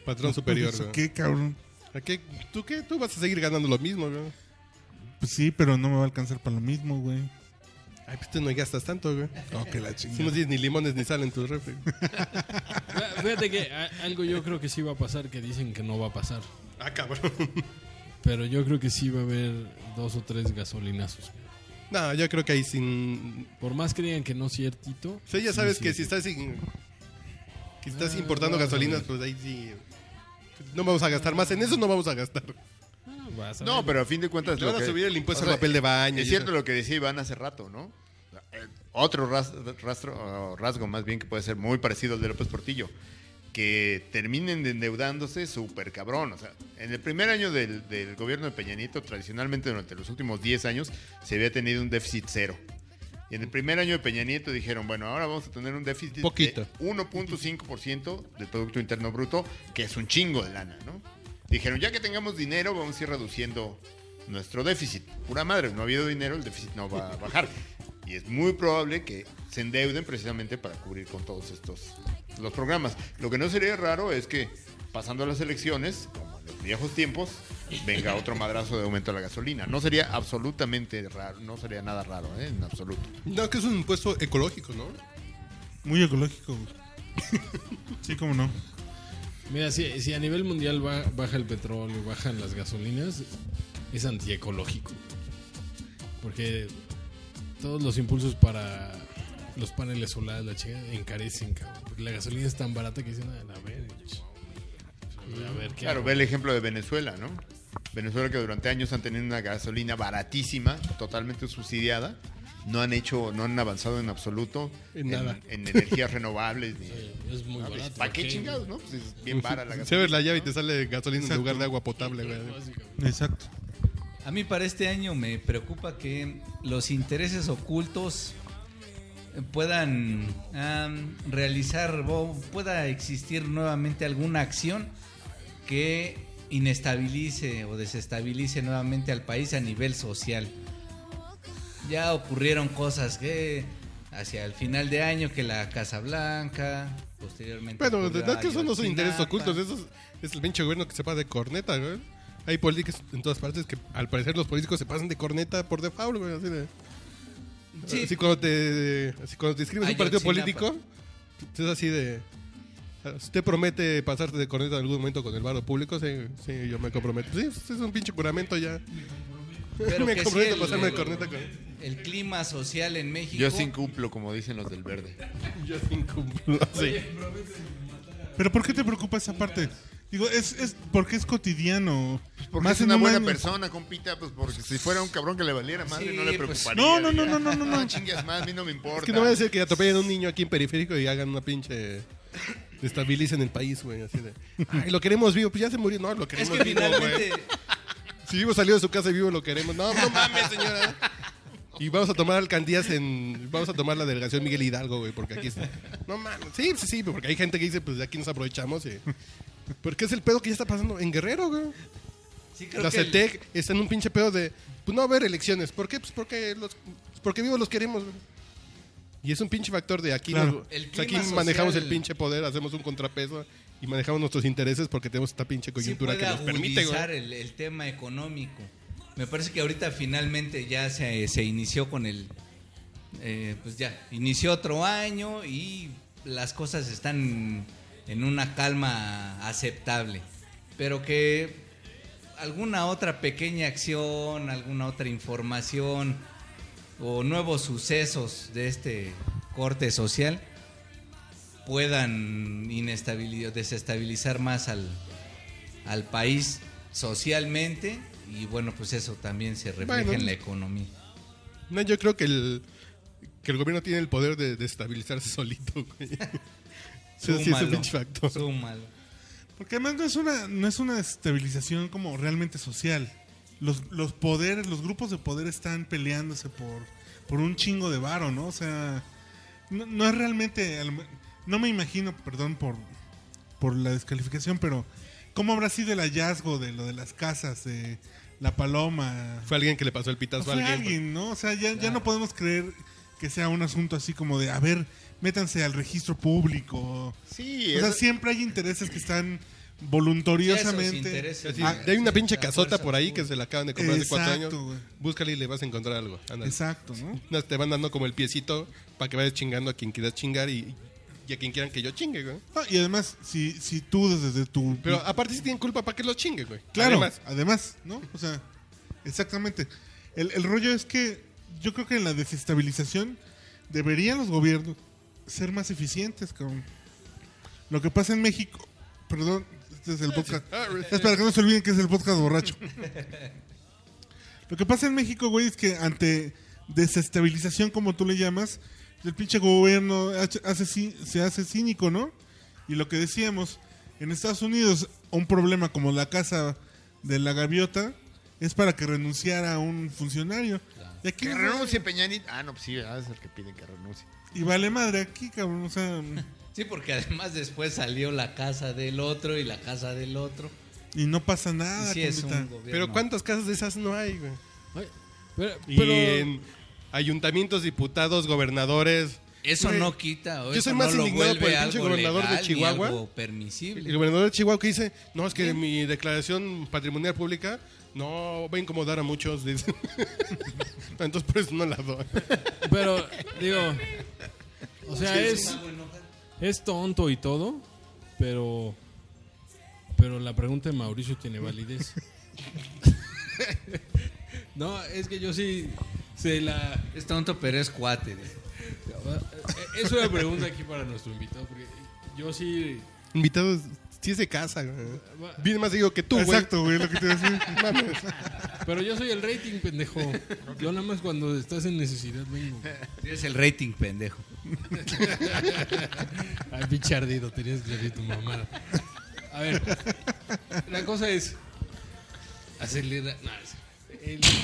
[SPEAKER 3] patrón superior,
[SPEAKER 1] ¿Eso
[SPEAKER 3] güey.
[SPEAKER 1] Pues, qué, cabrón?
[SPEAKER 3] ¿A qué? ¿Tú qué? Tú vas a seguir ganando lo mismo, güey.
[SPEAKER 1] Pues sí, pero no me va a alcanzar para lo mismo, güey.
[SPEAKER 3] Ay, pues tú no gastas tanto, güey.
[SPEAKER 1] No, que la
[SPEAKER 3] Si no tienes ni limones ni sal en tu refri.
[SPEAKER 4] Fí- Fíjate que a- algo yo creo que sí va a pasar que dicen que no va a pasar.
[SPEAKER 3] Ah, cabrón.
[SPEAKER 4] Pero yo creo que sí va a haber dos o tres gasolinazos.
[SPEAKER 3] No, yo creo que ahí sin...
[SPEAKER 4] Por más que digan que no es ciertito.
[SPEAKER 3] O sea, ya
[SPEAKER 4] sí,
[SPEAKER 3] sabes
[SPEAKER 4] sí,
[SPEAKER 3] que
[SPEAKER 4] sí.
[SPEAKER 3] si estás sin- Que estás
[SPEAKER 4] Ah,
[SPEAKER 3] importando
[SPEAKER 4] vamos a
[SPEAKER 3] gasolinas,
[SPEAKER 4] ver.
[SPEAKER 3] pues ahí sí... pues No vamos a gastar más. En eso no vamos a gastar.
[SPEAKER 4] Ah, vas a
[SPEAKER 2] No,
[SPEAKER 4] ver.
[SPEAKER 2] pero a fin de cuentas.
[SPEAKER 3] Le van
[SPEAKER 2] lo
[SPEAKER 3] a
[SPEAKER 2] que-
[SPEAKER 3] subir el impuesto
[SPEAKER 2] o sea,
[SPEAKER 3] al papel de baño.
[SPEAKER 2] Es
[SPEAKER 3] y
[SPEAKER 2] cierto
[SPEAKER 3] eso.
[SPEAKER 2] lo que decía Iván hace rato, ¿no? Eh, Otro ras- rastro, o rasgo más bien que puede ser muy parecido al de López Portillo, que terminen de endeudándose súper cabrón. O sea, en el primer año del, del gobierno de Peña Nieto, tradicionalmente durante los últimos 10 años, se había tenido un déficit cero. Y en el primer año de Peña Nieto dijeron, bueno, ahora vamos a tener un déficit
[SPEAKER 3] Poquito.
[SPEAKER 2] de 1.5% del Producto Interno Bruto, que es un chingo de lana, ¿no? Dijeron, ya que tengamos dinero, vamos a ir reduciendo nuestro déficit. Pura madre, no ha habido dinero, el déficit no va a bajar. Y es muy probable que se se endeuden precisamente para cubrir con todos estos los programas. Lo que no sería raro es que pasando las elecciones, como en los viejos tiempos, venga otro madrazo de aumento a la gasolina. No sería absolutamente raro, no sería nada raro, ¿eh? en absoluto.
[SPEAKER 3] No, que es un impuesto ecológico, ¿no?
[SPEAKER 1] Muy ecológico, güey. sí, cómo no.
[SPEAKER 4] Mira, si, si a nivel mundial ba- baja el petróleo, bajan las gasolinas, es antiecológico. Porque todos los impulsos para los paneles solares, la chingada, encarecen, cabrón. Porque la gasolina es tan barata que dicen, "Ah, a ver, a ver qué
[SPEAKER 2] Claro,
[SPEAKER 4] hago?".
[SPEAKER 2] ve el ejemplo de Venezuela, ¿no? Venezuela que durante años han tenido una gasolina baratísima, totalmente subsidiada. No han hecho, no han avanzado en absoluto
[SPEAKER 3] En nada.
[SPEAKER 2] en energías renovables. Ni,
[SPEAKER 4] Sí, Es muy
[SPEAKER 3] Ah,
[SPEAKER 4] barato.
[SPEAKER 2] ¿Para qué
[SPEAKER 4] ¿ok?
[SPEAKER 2] chingados, no? Pues es bien vara la
[SPEAKER 3] Se abre
[SPEAKER 2] gasolina.
[SPEAKER 3] la llave y
[SPEAKER 2] ¿no?
[SPEAKER 3] te sale gasolina en lugar de agua potable, güey.
[SPEAKER 4] Básicamente.
[SPEAKER 1] Exacto.
[SPEAKER 5] A mí para este año me preocupa que los intereses ocultos puedan am, realizar o pueda existir nuevamente alguna acción que inestabilice o desestabilice nuevamente al país a nivel social. Ya ocurrieron cosas que hacia el final de año que la Casa Blanca, posteriormente...
[SPEAKER 3] Bueno, de
[SPEAKER 5] ocurrió
[SPEAKER 3] verdad que esos no son
[SPEAKER 5] Ayotzinapa.
[SPEAKER 3] intereses ocultos, esos es el pinche gobierno que se pasa de corneta, güey. Hay políticas en todas partes que al parecer los políticos se pasan de corneta por default, güey. Así, de-
[SPEAKER 5] Sí,
[SPEAKER 3] así cuando te así cuando te inscribes en un partido
[SPEAKER 5] Ayotzinapa.
[SPEAKER 3] político,
[SPEAKER 5] pues.
[SPEAKER 3] es así de usted promete pasarte de corneta en algún momento con el barro público, sí, sí, yo me comprometo. Sí, es un pinche juramento ya.
[SPEAKER 5] Pero
[SPEAKER 3] me
[SPEAKER 5] que sí
[SPEAKER 3] comprometo
[SPEAKER 5] el-
[SPEAKER 3] a pasarme de corneta con
[SPEAKER 5] el clima social en México...
[SPEAKER 2] Yo sí cumplo, como dicen los del verde.
[SPEAKER 3] yo sin cumplir. Sí.
[SPEAKER 1] Pero ¿por qué te preocupa esa parte? Digo, es, es porque es cotidiano.
[SPEAKER 3] Pues
[SPEAKER 2] Porque
[SPEAKER 1] Más
[SPEAKER 2] es
[SPEAKER 1] en
[SPEAKER 2] una
[SPEAKER 1] un
[SPEAKER 2] buena
[SPEAKER 1] año-
[SPEAKER 2] persona, compita, pues porque si fuera un cabrón que le valiera madre
[SPEAKER 5] Sí,
[SPEAKER 2] no le
[SPEAKER 5] pues-
[SPEAKER 2] preocuparía.
[SPEAKER 1] No, no, no, no, no, no,
[SPEAKER 2] No,
[SPEAKER 1] no.
[SPEAKER 2] chingues más, a mí no me importa.
[SPEAKER 3] Es que no va a decir que atropellen a un niño aquí en periférico y hagan una pinche. Destabilicen el país, güey. Así de. Ay, lo queremos vivo. Pues ya se murió. No, lo
[SPEAKER 5] Es
[SPEAKER 3] queremos
[SPEAKER 5] que
[SPEAKER 3] vivo, güey.
[SPEAKER 5] finalmente,
[SPEAKER 3] Si vivo salido de su casa y vivo, lo queremos. No, no mames, señora. Y vamos a tomar alcaldías en. Vamos a tomar la delegación Miguel Hidalgo, güey, porque aquí está. No mames. Sí, sí, sí, porque hay gente que dice, pues de aquí nos aprovechamos. Y... Porque es el pedo que ya está pasando en Guerrero, güey.
[SPEAKER 5] sí creo
[SPEAKER 3] La
[SPEAKER 5] que el-
[SPEAKER 3] CETEC está en un pinche pedo de. Pues no va a haber elecciones. ¿Por qué? Pues porque, los, porque vivos los queremos. güey. Y es un pinche factor de aquí,
[SPEAKER 1] Claro.
[SPEAKER 3] nos-
[SPEAKER 5] El
[SPEAKER 3] o sea, aquí
[SPEAKER 5] clima
[SPEAKER 3] manejamos
[SPEAKER 5] social-
[SPEAKER 3] el pinche poder, hacemos un contrapeso y manejamos nuestros intereses porque tenemos esta pinche
[SPEAKER 5] sí
[SPEAKER 3] coyuntura
[SPEAKER 5] puede
[SPEAKER 3] que nos permite, güey.
[SPEAKER 5] agudizar el, el tema económico. Me parece que ahorita finalmente ya se, se inició con el... eh, pues ya, inició otro año y las cosas están en una calma aceptable. Pero que alguna otra pequeña acción, alguna otra información o nuevos sucesos de este corte social puedan inestabilizar, desestabilizar más al, al país socialmente y bueno, pues eso también se refleja
[SPEAKER 3] Bueno.
[SPEAKER 5] en la economía.
[SPEAKER 3] No, yo creo que el, que el gobierno tiene el poder de destabilizarse solito, güey. Sí, sí, es un
[SPEAKER 5] Súmalo,
[SPEAKER 3] pinche factor.
[SPEAKER 5] súmalo.
[SPEAKER 1] Porque además no es una, no es una estabilización como realmente social. Los, los poderes, los grupos de poder están peleándose por, por un chingo de varo, ¿no? O sea, no, no es realmente... a lo me- No me imagino, perdón por, por la descalificación, pero ¿cómo habrá sido el hallazgo de lo de las casas, de la paloma?
[SPEAKER 3] Fue alguien que le pasó el
[SPEAKER 1] O
[SPEAKER 3] pitazo
[SPEAKER 1] sea,
[SPEAKER 3] a alguien. pues. güey.
[SPEAKER 1] alguien, ¿no? O sea, ya, ya no podemos creer que sea un asunto así como de, a ver, métanse al registro público.
[SPEAKER 2] Sí,
[SPEAKER 1] O sea,
[SPEAKER 2] es-
[SPEAKER 1] siempre hay intereses que están
[SPEAKER 5] Esos
[SPEAKER 1] voluntariosamente.
[SPEAKER 5] intereses
[SPEAKER 3] Así,
[SPEAKER 5] de-
[SPEAKER 3] de- hay una pinche
[SPEAKER 5] la
[SPEAKER 3] casota
[SPEAKER 5] fuerza
[SPEAKER 3] por ahí que
[SPEAKER 5] pública.
[SPEAKER 3] se la acaban de comprar hace cuatro años.
[SPEAKER 1] Exacto, güey.
[SPEAKER 3] Búscale y le vas a encontrar algo. Ándale.
[SPEAKER 1] Exacto, ¿no?
[SPEAKER 3] No, te van dando como el piecito para que vayas chingando a quien quieras chingar y, y a quien quieran que yo chingue, güey.
[SPEAKER 1] No, y además, si, si tú desde desde tu...
[SPEAKER 3] Pero aparte sí tienen culpa para que los chingue, güey.
[SPEAKER 1] claro, además.
[SPEAKER 3] Además,
[SPEAKER 1] ¿no? O sea, exactamente. El, el rollo es que yo creo que en la desestabilización deberían los gobiernos ser más eficientes con lo que pasa en México. Perdón, este es el podcast.
[SPEAKER 5] Ah,
[SPEAKER 1] Es para que no se olviden que es el podcast borracho. Lo que pasa en México, güey, es que ante desestabilización, como tú le llamas, el pinche gobierno hace- hacecí- se hace cínico, ¿no? Y lo que decíamos, en Estados Unidos, un problema como la casa de la gaviota es para que renunciara un funcionario. Y aquí
[SPEAKER 2] que
[SPEAKER 1] no-
[SPEAKER 2] renuncie Peñanito. Ah, no, pues sí, ah, es el que piden que renuncie.
[SPEAKER 1] Y vale madre aquí, cabrón. O sea,
[SPEAKER 5] Sí, porque además después salió la casa del otro y la casa del otro.
[SPEAKER 1] y no pasa
[SPEAKER 5] Y
[SPEAKER 1] nada.
[SPEAKER 5] sí es un
[SPEAKER 1] compita.
[SPEAKER 5] gobierno.
[SPEAKER 3] Ah, pero ¿cuántas casas de esas no hay, güey?
[SPEAKER 4] Ay, pero,
[SPEAKER 3] Y
[SPEAKER 4] pero-
[SPEAKER 3] en ayuntamientos, diputados, gobernadores,
[SPEAKER 5] Eso
[SPEAKER 3] Güey,
[SPEAKER 5] no quita. o
[SPEAKER 3] yo
[SPEAKER 5] eso
[SPEAKER 3] soy más
[SPEAKER 5] no lo
[SPEAKER 3] indignado por el
[SPEAKER 5] vuelve
[SPEAKER 3] pinche
[SPEAKER 5] algo
[SPEAKER 3] gobernador de
[SPEAKER 5] legal ni
[SPEAKER 3] Chihuahua.
[SPEAKER 5] algo
[SPEAKER 3] El
[SPEAKER 5] permisible.
[SPEAKER 3] gobernador de Chihuahua que dice, no, es que mi declaración patrimonial pública no va a incomodar a muchos. dice. Entonces, por eso no la doy.
[SPEAKER 4] Pero, digo. O sea, es. Es tonto y todo, pero. Pero la pregunta de Mauricio tiene validez. no, es que yo sí. Se la. eh,
[SPEAKER 5] Es tonto, pero es cuate.
[SPEAKER 4] Es una pregunta aquí para nuestro invitado, porque yo sí.
[SPEAKER 3] Invitados, sí es de casa. güey. Viene más digo que tú, güey.
[SPEAKER 1] Eh, Exacto, güey, lo que te iba a decir.
[SPEAKER 3] Mames.
[SPEAKER 4] Pero yo soy el rating, pendejo. Yo nada más cuando estás en necesidad vengo.
[SPEAKER 5] Tienes el rating, pendejo.
[SPEAKER 4] Ay, pinche ardido, tenías que decir tu mamada. A ver, la cosa es. Acelera. No, es- el, el pedo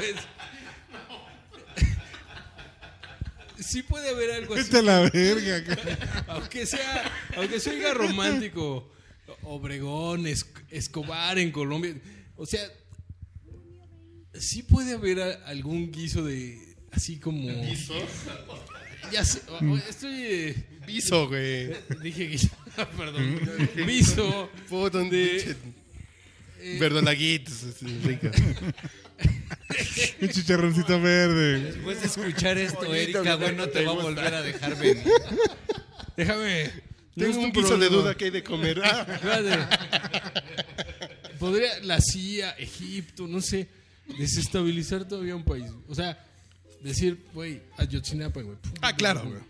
[SPEAKER 4] es. Sí puede haber algo así.
[SPEAKER 1] Vete a la verga, cabrón.
[SPEAKER 4] Aunque sea, aunque se oiga romántico, Obregón, Es- Escobar en Colombia, o sea, sí puede haber a- algún guiso de así como ya sé, o- o- estoy eh,
[SPEAKER 3] Piso, güey.
[SPEAKER 4] dije guiso, ah, perdón, guiso
[SPEAKER 3] Puto,
[SPEAKER 4] de eh,
[SPEAKER 3] Verdolaguitos. así, rico.
[SPEAKER 1] Un chicharroncito verde.
[SPEAKER 5] Después de escuchar esto, Erika,
[SPEAKER 2] que
[SPEAKER 5] güey, no
[SPEAKER 2] te
[SPEAKER 5] te va a
[SPEAKER 2] gusta.
[SPEAKER 5] volver a dejar venir.
[SPEAKER 4] déjame
[SPEAKER 3] Tengo
[SPEAKER 4] no es
[SPEAKER 3] un piso de
[SPEAKER 4] problema.
[SPEAKER 3] duda que hay de comer. Ah,
[SPEAKER 4] Espérate. Podría la CIA, Egipto, no sé, desestabilizar todavía un país. O sea, decir, güey, Ayotzinapa, güey. pum,
[SPEAKER 3] Ah, claro, güey.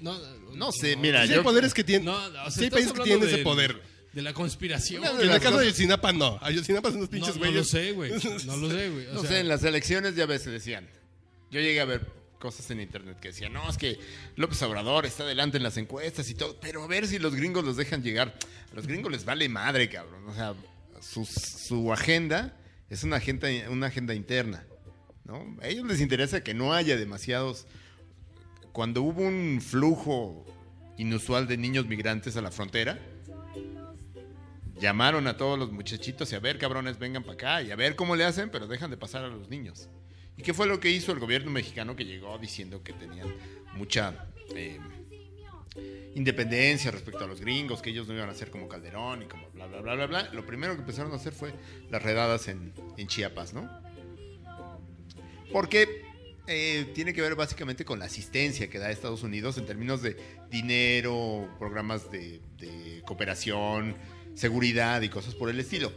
[SPEAKER 4] No,
[SPEAKER 2] No sé, mira,
[SPEAKER 3] pues Sí
[SPEAKER 2] yo.
[SPEAKER 3] hay poderes que tienen.
[SPEAKER 4] No, o sea,
[SPEAKER 3] sí hay
[SPEAKER 4] estás
[SPEAKER 3] países que
[SPEAKER 4] hablando
[SPEAKER 3] tienen ese
[SPEAKER 4] del-
[SPEAKER 3] poder. güey.
[SPEAKER 4] De la conspiración.
[SPEAKER 2] Una de
[SPEAKER 3] En
[SPEAKER 4] güey.
[SPEAKER 3] el caso de Ayotzinapa, no. Ayotzinapa son unos
[SPEAKER 4] No,
[SPEAKER 3] pinches
[SPEAKER 4] no
[SPEAKER 3] güeyes.
[SPEAKER 4] lo sé, güey. No lo sé, güey. O
[SPEAKER 2] No
[SPEAKER 4] sea,
[SPEAKER 2] sé, en las elecciones ya ves, decían. Yo llegué a ver cosas en internet que decían, no, es que López Obrador está adelante en las encuestas y todo, pero a ver si los gringos los dejan llegar. A los gringos les vale madre, cabrón. O sea, su, su agenda es una agenda, una agenda interna. ¿no? A ellos les interesa que no haya demasiados... Cuando hubo un flujo inusual de niños migrantes a la frontera, Llamaron a todos los muchachitos y a ver, cabrones, vengan para acá y a ver cómo le hacen, pero dejan de pasar a los niños. ¿Y qué fue lo que hizo el gobierno mexicano que llegó diciendo que tenían mucha eh, independencia respecto a los gringos, que ellos no iban a ser como Calderón y como bla, bla, bla, bla, bla? Lo primero que empezaron a hacer fue las redadas en, en Chiapas, ¿no? Porque eh, tiene que ver básicamente con la asistencia que da Estados Unidos en términos de dinero, programas de, de cooperación, seguridad y cosas por el estilo.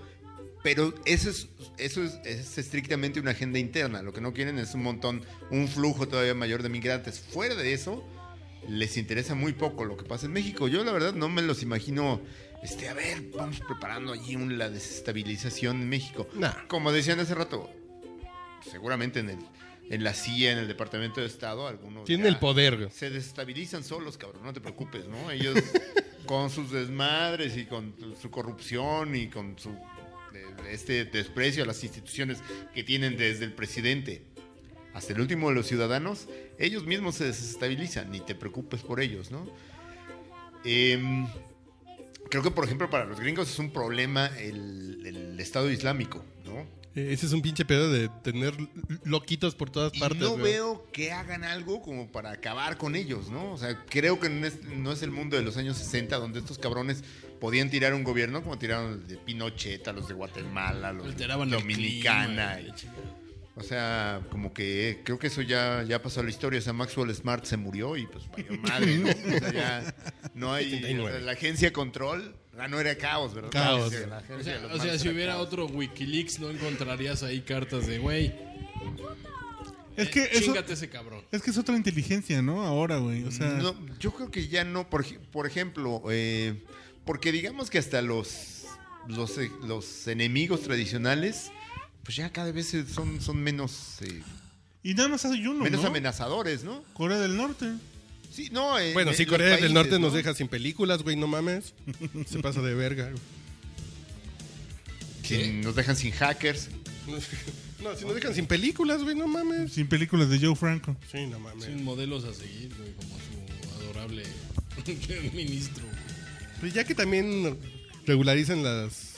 [SPEAKER 2] Pero eso es, eso es, es estrictamente una agenda interna. Lo que no quieren es un montón, un flujo todavía mayor de migrantes. Fuera de eso, les interesa muy poco lo que pasa en México. Yo la verdad no me los imagino. Este, a ver, vamos preparando allí una desestabilización en México.
[SPEAKER 3] Nah.
[SPEAKER 2] Como decían hace rato, seguramente en el en la CIA, en el Departamento de Estado, algunos
[SPEAKER 3] Tienen
[SPEAKER 2] ya
[SPEAKER 3] el poder, güey.
[SPEAKER 2] Se desestabilizan solos, cabrón, no te preocupes, ¿no? Ellos con sus desmadres y con su corrupción y con su eh, este desprecio a las instituciones que tienen desde el presidente hasta el último de los ciudadanos, ellos mismos se desestabilizan, ni te preocupes por ellos, ¿no? Em, creo que, por ejemplo, para los gringos es un problema el, el Estado Islámico, ¿no?
[SPEAKER 3] Eh, Ese es un pinche pedo de tener l- loquitos por todas
[SPEAKER 2] Y
[SPEAKER 3] partes.
[SPEAKER 2] no
[SPEAKER 3] güey.
[SPEAKER 2] veo que hagan algo como para acabar con ellos, ¿no? O sea, creo que no es, no es el mundo de los años 60 donde estos cabrones podían tirar un gobierno como tiraron el de Pinochet, a los de Guatemala, a los de
[SPEAKER 4] Alteraban el
[SPEAKER 2] Dominicana.
[SPEAKER 4] clima,
[SPEAKER 2] y- o sea, como que creo que eso ya, ya pasó a la historia. O sea, Maxwell Smart se murió y pues valió madre, ¿no? O sea, ya no hay...
[SPEAKER 3] 79.
[SPEAKER 2] o sea, la agencia control, la no era caos, ¿verdad?
[SPEAKER 3] Caos.
[SPEAKER 2] La agencia
[SPEAKER 4] O
[SPEAKER 2] de
[SPEAKER 4] sea,
[SPEAKER 2] los
[SPEAKER 4] o sea,
[SPEAKER 2] malos
[SPEAKER 4] si
[SPEAKER 2] era
[SPEAKER 4] hubiera
[SPEAKER 2] caos.
[SPEAKER 4] otro Wikileaks, no encontrarías ahí cartas de, güey, eh,
[SPEAKER 1] Es que eso,
[SPEAKER 4] chingate ese cabrón.
[SPEAKER 1] es que es otra inteligencia, ¿no? Ahora, güey. O sea,
[SPEAKER 2] No, yo creo que ya no, por, ej- por ejemplo, eh, porque digamos que hasta los, los, eh, los enemigos tradicionales, pues ya cada vez eh, son, son menos, eh,
[SPEAKER 1] y nada más hay uno,
[SPEAKER 2] menos
[SPEAKER 1] ¿no?
[SPEAKER 2] amenazadores, ¿no?
[SPEAKER 1] Corea del Norte.
[SPEAKER 2] Sí, no, eh,
[SPEAKER 3] Bueno,
[SPEAKER 2] en
[SPEAKER 3] sí,
[SPEAKER 2] los
[SPEAKER 3] Corea del
[SPEAKER 2] países,
[SPEAKER 3] Norte nos
[SPEAKER 2] ¿no?
[SPEAKER 3] deja sin películas, güey, no mames. Se pasa de verga. güey.
[SPEAKER 2] Sin- nos dejan sin hackers.
[SPEAKER 3] No, si nos dejan sin películas, güey, no mames.
[SPEAKER 1] Sin películas de Joe Franco.
[SPEAKER 3] Sí, no mames.
[SPEAKER 4] Sin modelos a seguir, güey, como su adorable ministro. güey.
[SPEAKER 3] Pues ya que también regularizan las,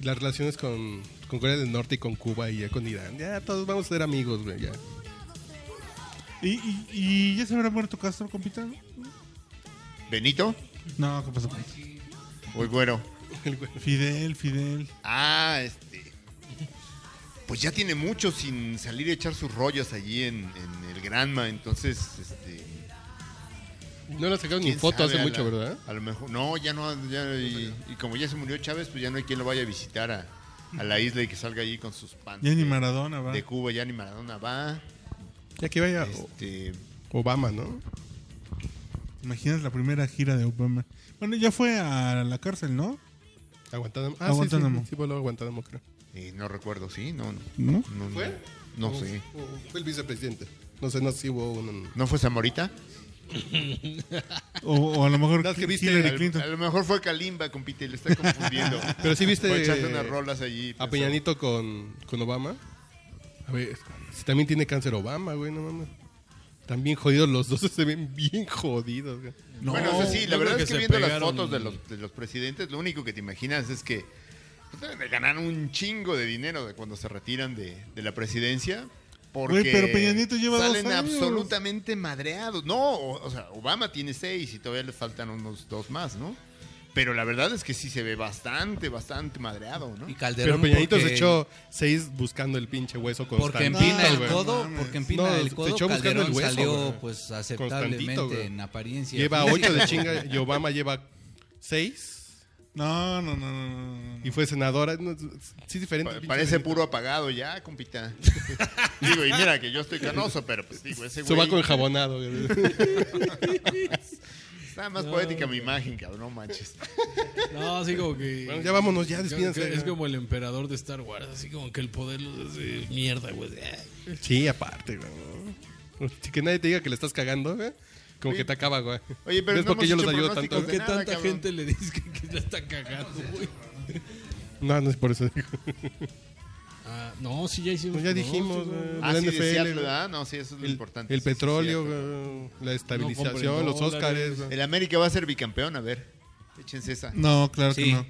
[SPEAKER 3] las relaciones con, con Corea del Norte y con Cuba y ya con Irán, ya todos vamos a ser amigos, güey, ya.
[SPEAKER 1] ¿Y, y, y ya se habrá muerto Castro, compita?
[SPEAKER 2] ¿Benito?
[SPEAKER 1] No, ¿qué pasó?
[SPEAKER 2] ¿O el güero?
[SPEAKER 3] El güey.
[SPEAKER 1] Fidel, Fidel.
[SPEAKER 2] Ah, este. Pues ya tiene mucho sin salir a echar sus rollos allí en, en el Granma, entonces, este.
[SPEAKER 3] No le sacaron ni
[SPEAKER 2] quién
[SPEAKER 3] foto
[SPEAKER 2] sabe,
[SPEAKER 3] hace
[SPEAKER 2] a la-
[SPEAKER 3] mucho, ¿verdad?
[SPEAKER 2] A lo mejor. No, ya no. ya- y, y como ya se murió Chávez, pues ya no hay quien lo vaya a visitar a, a la isla y que salga allí con sus panties.
[SPEAKER 1] Ya ni Maradona va.
[SPEAKER 2] De Cuba, ya ni Maradona va.
[SPEAKER 3] Ya que vaya o-
[SPEAKER 2] Este.
[SPEAKER 3] Obama, ¿no?
[SPEAKER 1] ¿Te imaginas la primera gira de Obama? Bueno, ya fue a la cárcel, ¿no?
[SPEAKER 3] A Guantánamo.
[SPEAKER 1] A
[SPEAKER 3] Ah, sí,
[SPEAKER 1] Guantánamo.
[SPEAKER 3] Sí, sí, voló a Guantánamo, creo.
[SPEAKER 2] eh, no recuerdo, ¿sí? No, no.
[SPEAKER 1] ¿No?
[SPEAKER 2] no,
[SPEAKER 3] ¿Fue?
[SPEAKER 2] No, sé.
[SPEAKER 3] O- o Fue el vicepresidente. No sé, no sé si hubo un...
[SPEAKER 2] ¿No fue Zamorita?
[SPEAKER 1] O, o a lo mejor
[SPEAKER 3] No, es que viste
[SPEAKER 1] Hillary
[SPEAKER 2] Al-
[SPEAKER 1] Clinton.
[SPEAKER 2] a lo mejor fue Kalimba, compite, le está confundiendo.
[SPEAKER 3] Pero sí viste
[SPEAKER 2] Fue a echarse unas rolas allí.
[SPEAKER 3] a
[SPEAKER 2] pensó.
[SPEAKER 3] Peñanito con, con Obama. A ver, si también tiene cáncer Obama, güey, no mames. También jodidos los dos, se ven bien jodidos, güey.
[SPEAKER 4] No,
[SPEAKER 2] bueno, eso sí, la
[SPEAKER 4] yo
[SPEAKER 2] verdad
[SPEAKER 4] creo
[SPEAKER 2] es que
[SPEAKER 4] se
[SPEAKER 2] viendo las
[SPEAKER 4] pegaron-
[SPEAKER 2] fotos de los, de los presidentes, lo único que te imaginas es que pues, deben de ganar un chingo de dinero de cuando se retiran de, de la presidencia. Porque
[SPEAKER 1] Güey, pero Peña Nieto lleva dos
[SPEAKER 2] salen
[SPEAKER 1] años.
[SPEAKER 2] absolutamente madreados. No, o, o sea, Obama tiene seis y todavía le faltan unos dos más, ¿no? Pero la verdad es que sí se ve bastante, bastante madreado, ¿no?
[SPEAKER 5] Y Calderón
[SPEAKER 3] Pero Peñanito
[SPEAKER 5] porque,
[SPEAKER 3] se echó seis buscando el pinche hueso
[SPEAKER 5] porque
[SPEAKER 3] constante.
[SPEAKER 5] empina
[SPEAKER 1] No,
[SPEAKER 5] el
[SPEAKER 1] güey.
[SPEAKER 5] codo,
[SPEAKER 1] Mames.
[SPEAKER 5] porque empina
[SPEAKER 3] No,
[SPEAKER 5] el
[SPEAKER 3] se
[SPEAKER 5] codo,
[SPEAKER 3] echó buscando
[SPEAKER 5] Calderón
[SPEAKER 3] el hueso,
[SPEAKER 5] salió
[SPEAKER 3] güey.
[SPEAKER 5] pues
[SPEAKER 3] Constantito,
[SPEAKER 5] aceptablemente
[SPEAKER 3] güey.
[SPEAKER 5] en apariencia. Pues,
[SPEAKER 3] Lleva ocho de chinga y Obama lleva seis
[SPEAKER 1] No, no, no, no, no, no, no.
[SPEAKER 3] y fue senadora. No, sí, diferente.
[SPEAKER 2] Pa-
[SPEAKER 3] pinche
[SPEAKER 2] Parece
[SPEAKER 3] Peñanito.
[SPEAKER 2] puro apagado ya, compita. digo, y mira que yo estoy canoso, pero pues digo, ese güey
[SPEAKER 3] Sobaco enjabonado, güey.
[SPEAKER 2] está más poética mi imagen, cabrón, no manches.
[SPEAKER 4] No, así como que.
[SPEAKER 3] Bueno, ya vámonos, ya, despídanse.
[SPEAKER 4] Es como el emperador de Star Wars, así como que el poder los hace mierda, güey. "Ah".
[SPEAKER 3] Sí, aparte, güey. ¿no? Sí, Que nadie te diga que le estás cagando, güey. Como
[SPEAKER 2] Oye,
[SPEAKER 3] que te acaba, güey.
[SPEAKER 2] oye, pero
[SPEAKER 3] ¿Ves
[SPEAKER 2] no
[SPEAKER 3] por qué yo
[SPEAKER 2] hemos
[SPEAKER 3] los
[SPEAKER 2] hecho
[SPEAKER 3] ayudo
[SPEAKER 2] pronósticos
[SPEAKER 3] tanto?
[SPEAKER 4] ¿Por
[SPEAKER 2] de
[SPEAKER 4] qué
[SPEAKER 2] nada,
[SPEAKER 4] tanta
[SPEAKER 2] cabrón.
[SPEAKER 4] gente le dice que, que la está cagando, güey?
[SPEAKER 3] No, no es por eso. digo.
[SPEAKER 4] Ah, no, sí, ya hicimos.
[SPEAKER 3] Pues ya
[SPEAKER 4] no,
[SPEAKER 3] dijimos,
[SPEAKER 4] sí,
[SPEAKER 3] güey.
[SPEAKER 4] güey.
[SPEAKER 2] Ah,
[SPEAKER 3] La
[SPEAKER 2] sí, de
[SPEAKER 3] NFL,
[SPEAKER 2] Seattle,
[SPEAKER 3] güey.
[SPEAKER 2] ¿verdad? No, sí, eso es lo
[SPEAKER 3] El,
[SPEAKER 2] importante.
[SPEAKER 3] el
[SPEAKER 2] sí, sí,
[SPEAKER 3] petróleo,
[SPEAKER 2] cierto.
[SPEAKER 3] güey, la estabilización,
[SPEAKER 4] compren
[SPEAKER 3] los
[SPEAKER 4] dólares.
[SPEAKER 3] Óscares. güey.
[SPEAKER 2] El América va a ser bicampeón, a ver. Échense esa.
[SPEAKER 1] No, claro que
[SPEAKER 5] Sí.
[SPEAKER 1] no.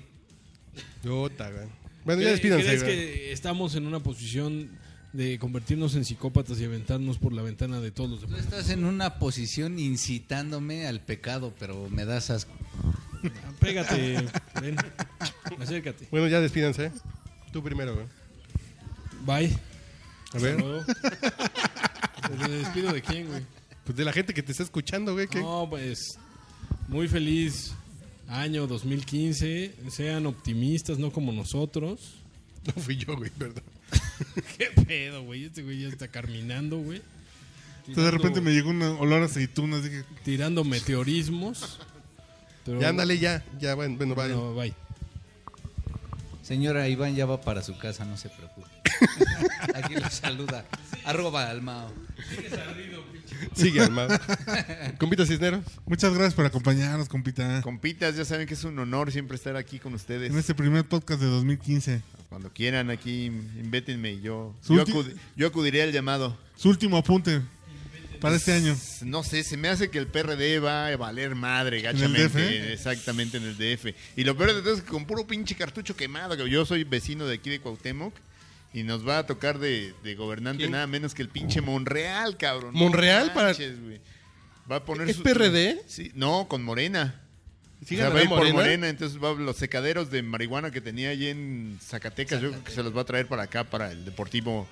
[SPEAKER 3] Yota, güey. Bueno, eh, ya
[SPEAKER 4] ¿Crees-
[SPEAKER 3] despídanse,
[SPEAKER 4] ¿Crees
[SPEAKER 3] güey.
[SPEAKER 4] que estamos en una posición de convertirnos en psicópatas y aventarnos por la ventana de todos los
[SPEAKER 5] Tú
[SPEAKER 4] demás?
[SPEAKER 5] estás en una posición incitándome al pecado, pero me das asco.
[SPEAKER 4] Pégate, ven, acércate.
[SPEAKER 3] Bueno, ya despídanse. Tú primero, güey.
[SPEAKER 4] Bye.
[SPEAKER 3] A ver,
[SPEAKER 4] ¿Te despido de quién, güey?
[SPEAKER 3] pues de la gente que te está escuchando, güey. que-
[SPEAKER 4] No, pues muy feliz año 2015. Sean optimistas, no como nosotros.
[SPEAKER 3] No fui yo, güey, perdón.
[SPEAKER 4] ¿Qué pedo, güey? Este güey ya está carminando, güey.
[SPEAKER 1] Entonces de repente me
[SPEAKER 4] Tirando-
[SPEAKER 1] llegó un olor a aceitunas. Dije,
[SPEAKER 4] Tirando meteorismos. Pero-
[SPEAKER 3] Ya ándale, ya. Ya, bueno, bueno, vale.
[SPEAKER 4] No, bye.
[SPEAKER 5] Señora Iván ya va para su casa, no se preocupe. Aquí lo saluda. Arroba Almao.
[SPEAKER 3] Sigue armado. Compita Cisneros.
[SPEAKER 1] muchas gracias por acompañarnos, compita.
[SPEAKER 2] Compitas, ya saben que es un honor siempre estar aquí con
[SPEAKER 1] En
[SPEAKER 2] ustedes.
[SPEAKER 1] este primer podcast de 2015.
[SPEAKER 2] Cuando quieran aquí, invétenme y yo,
[SPEAKER 1] Su
[SPEAKER 2] yo,
[SPEAKER 1] ulti-
[SPEAKER 2] acudi- yo acudiré al llamado.
[SPEAKER 1] Su último apunte para este año.
[SPEAKER 2] No sé, se me hace que el PRD va a valer madre,
[SPEAKER 1] el
[SPEAKER 2] gachamente.
[SPEAKER 1] DF?
[SPEAKER 2] Exactamente en el DF. Y lo peor de todo es que con puro pinche cartucho quemado. que Yo soy vecino de aquí de Cuauhtémoc. Y nos va a tocar de, de gobernante
[SPEAKER 3] ¿Quién?
[SPEAKER 2] nada menos que el pinche Monreal, cabrón. No
[SPEAKER 3] ¿Monreal para-
[SPEAKER 2] manches, güey. Va a poner
[SPEAKER 3] ¿Es PRD?
[SPEAKER 2] Sí, no, con Morena.
[SPEAKER 3] Sí,
[SPEAKER 2] o sea, va
[SPEAKER 3] ganará
[SPEAKER 2] a ir por
[SPEAKER 3] Morena.
[SPEAKER 2] Morena, entonces va, los secaderos de marihuana que tenía allí en Zacatecas, yo creo que se los va a traer para acá, para el Deportivo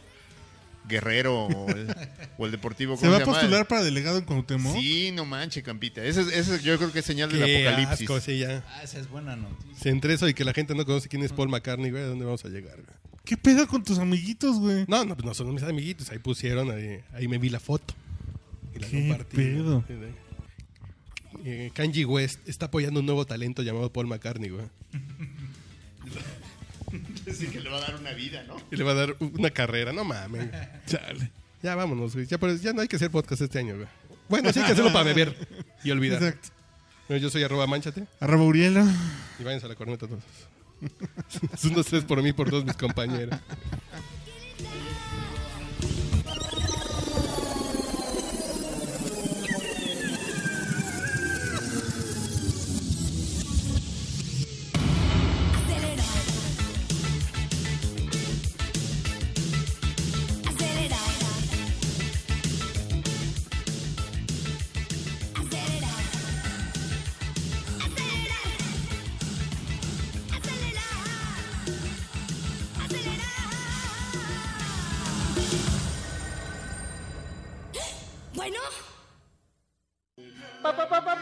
[SPEAKER 2] Guerrero o el, o el Deportivo...
[SPEAKER 1] ¿Se
[SPEAKER 2] ¿cómo
[SPEAKER 1] va a
[SPEAKER 2] llama?
[SPEAKER 1] postular para delegado en Cuauhtémoc?
[SPEAKER 2] Sí, no manche, campita. Ese, es- ese yo creo que es señal del
[SPEAKER 3] Qué
[SPEAKER 2] apocalipsis.
[SPEAKER 3] asco, sí, ya.
[SPEAKER 5] Ah, esa es buena noticia.
[SPEAKER 3] Si entre eso y que la gente no conoce quién es Paul McCartney, güey, ¿a dónde vamos a llegar, güey?
[SPEAKER 1] ¿Qué pedo con tus amiguitos, güey?
[SPEAKER 3] No, no, pues no son mis amiguitos, ahí pusieron, ahí, ahí me vi la foto. Y la
[SPEAKER 1] ¿Qué
[SPEAKER 3] compartí.
[SPEAKER 1] pedo?
[SPEAKER 3] Eh, Kanye West está apoyando un nuevo talento llamado Paul McCartney, güey.
[SPEAKER 2] Así que le va a dar una vida, ¿no?
[SPEAKER 3] Y le va a dar una carrera, no mames. Chale. Ya vámonos, güey. Ya, pero ya no hay que hacer podcast este año, güey. Bueno, sí hay que hacerlo para beber y olvidar.
[SPEAKER 1] Exacto.
[SPEAKER 3] Bueno, yo soy arroba manchate
[SPEAKER 1] Arroba Uriela.
[SPEAKER 3] y váyanse a la corneta todos. es un dos tres por mí, por todos mis compañeros.
[SPEAKER 6] Acelerar. Acelerar. Bueno.
[SPEAKER 7] Pa, pa, pa, pa,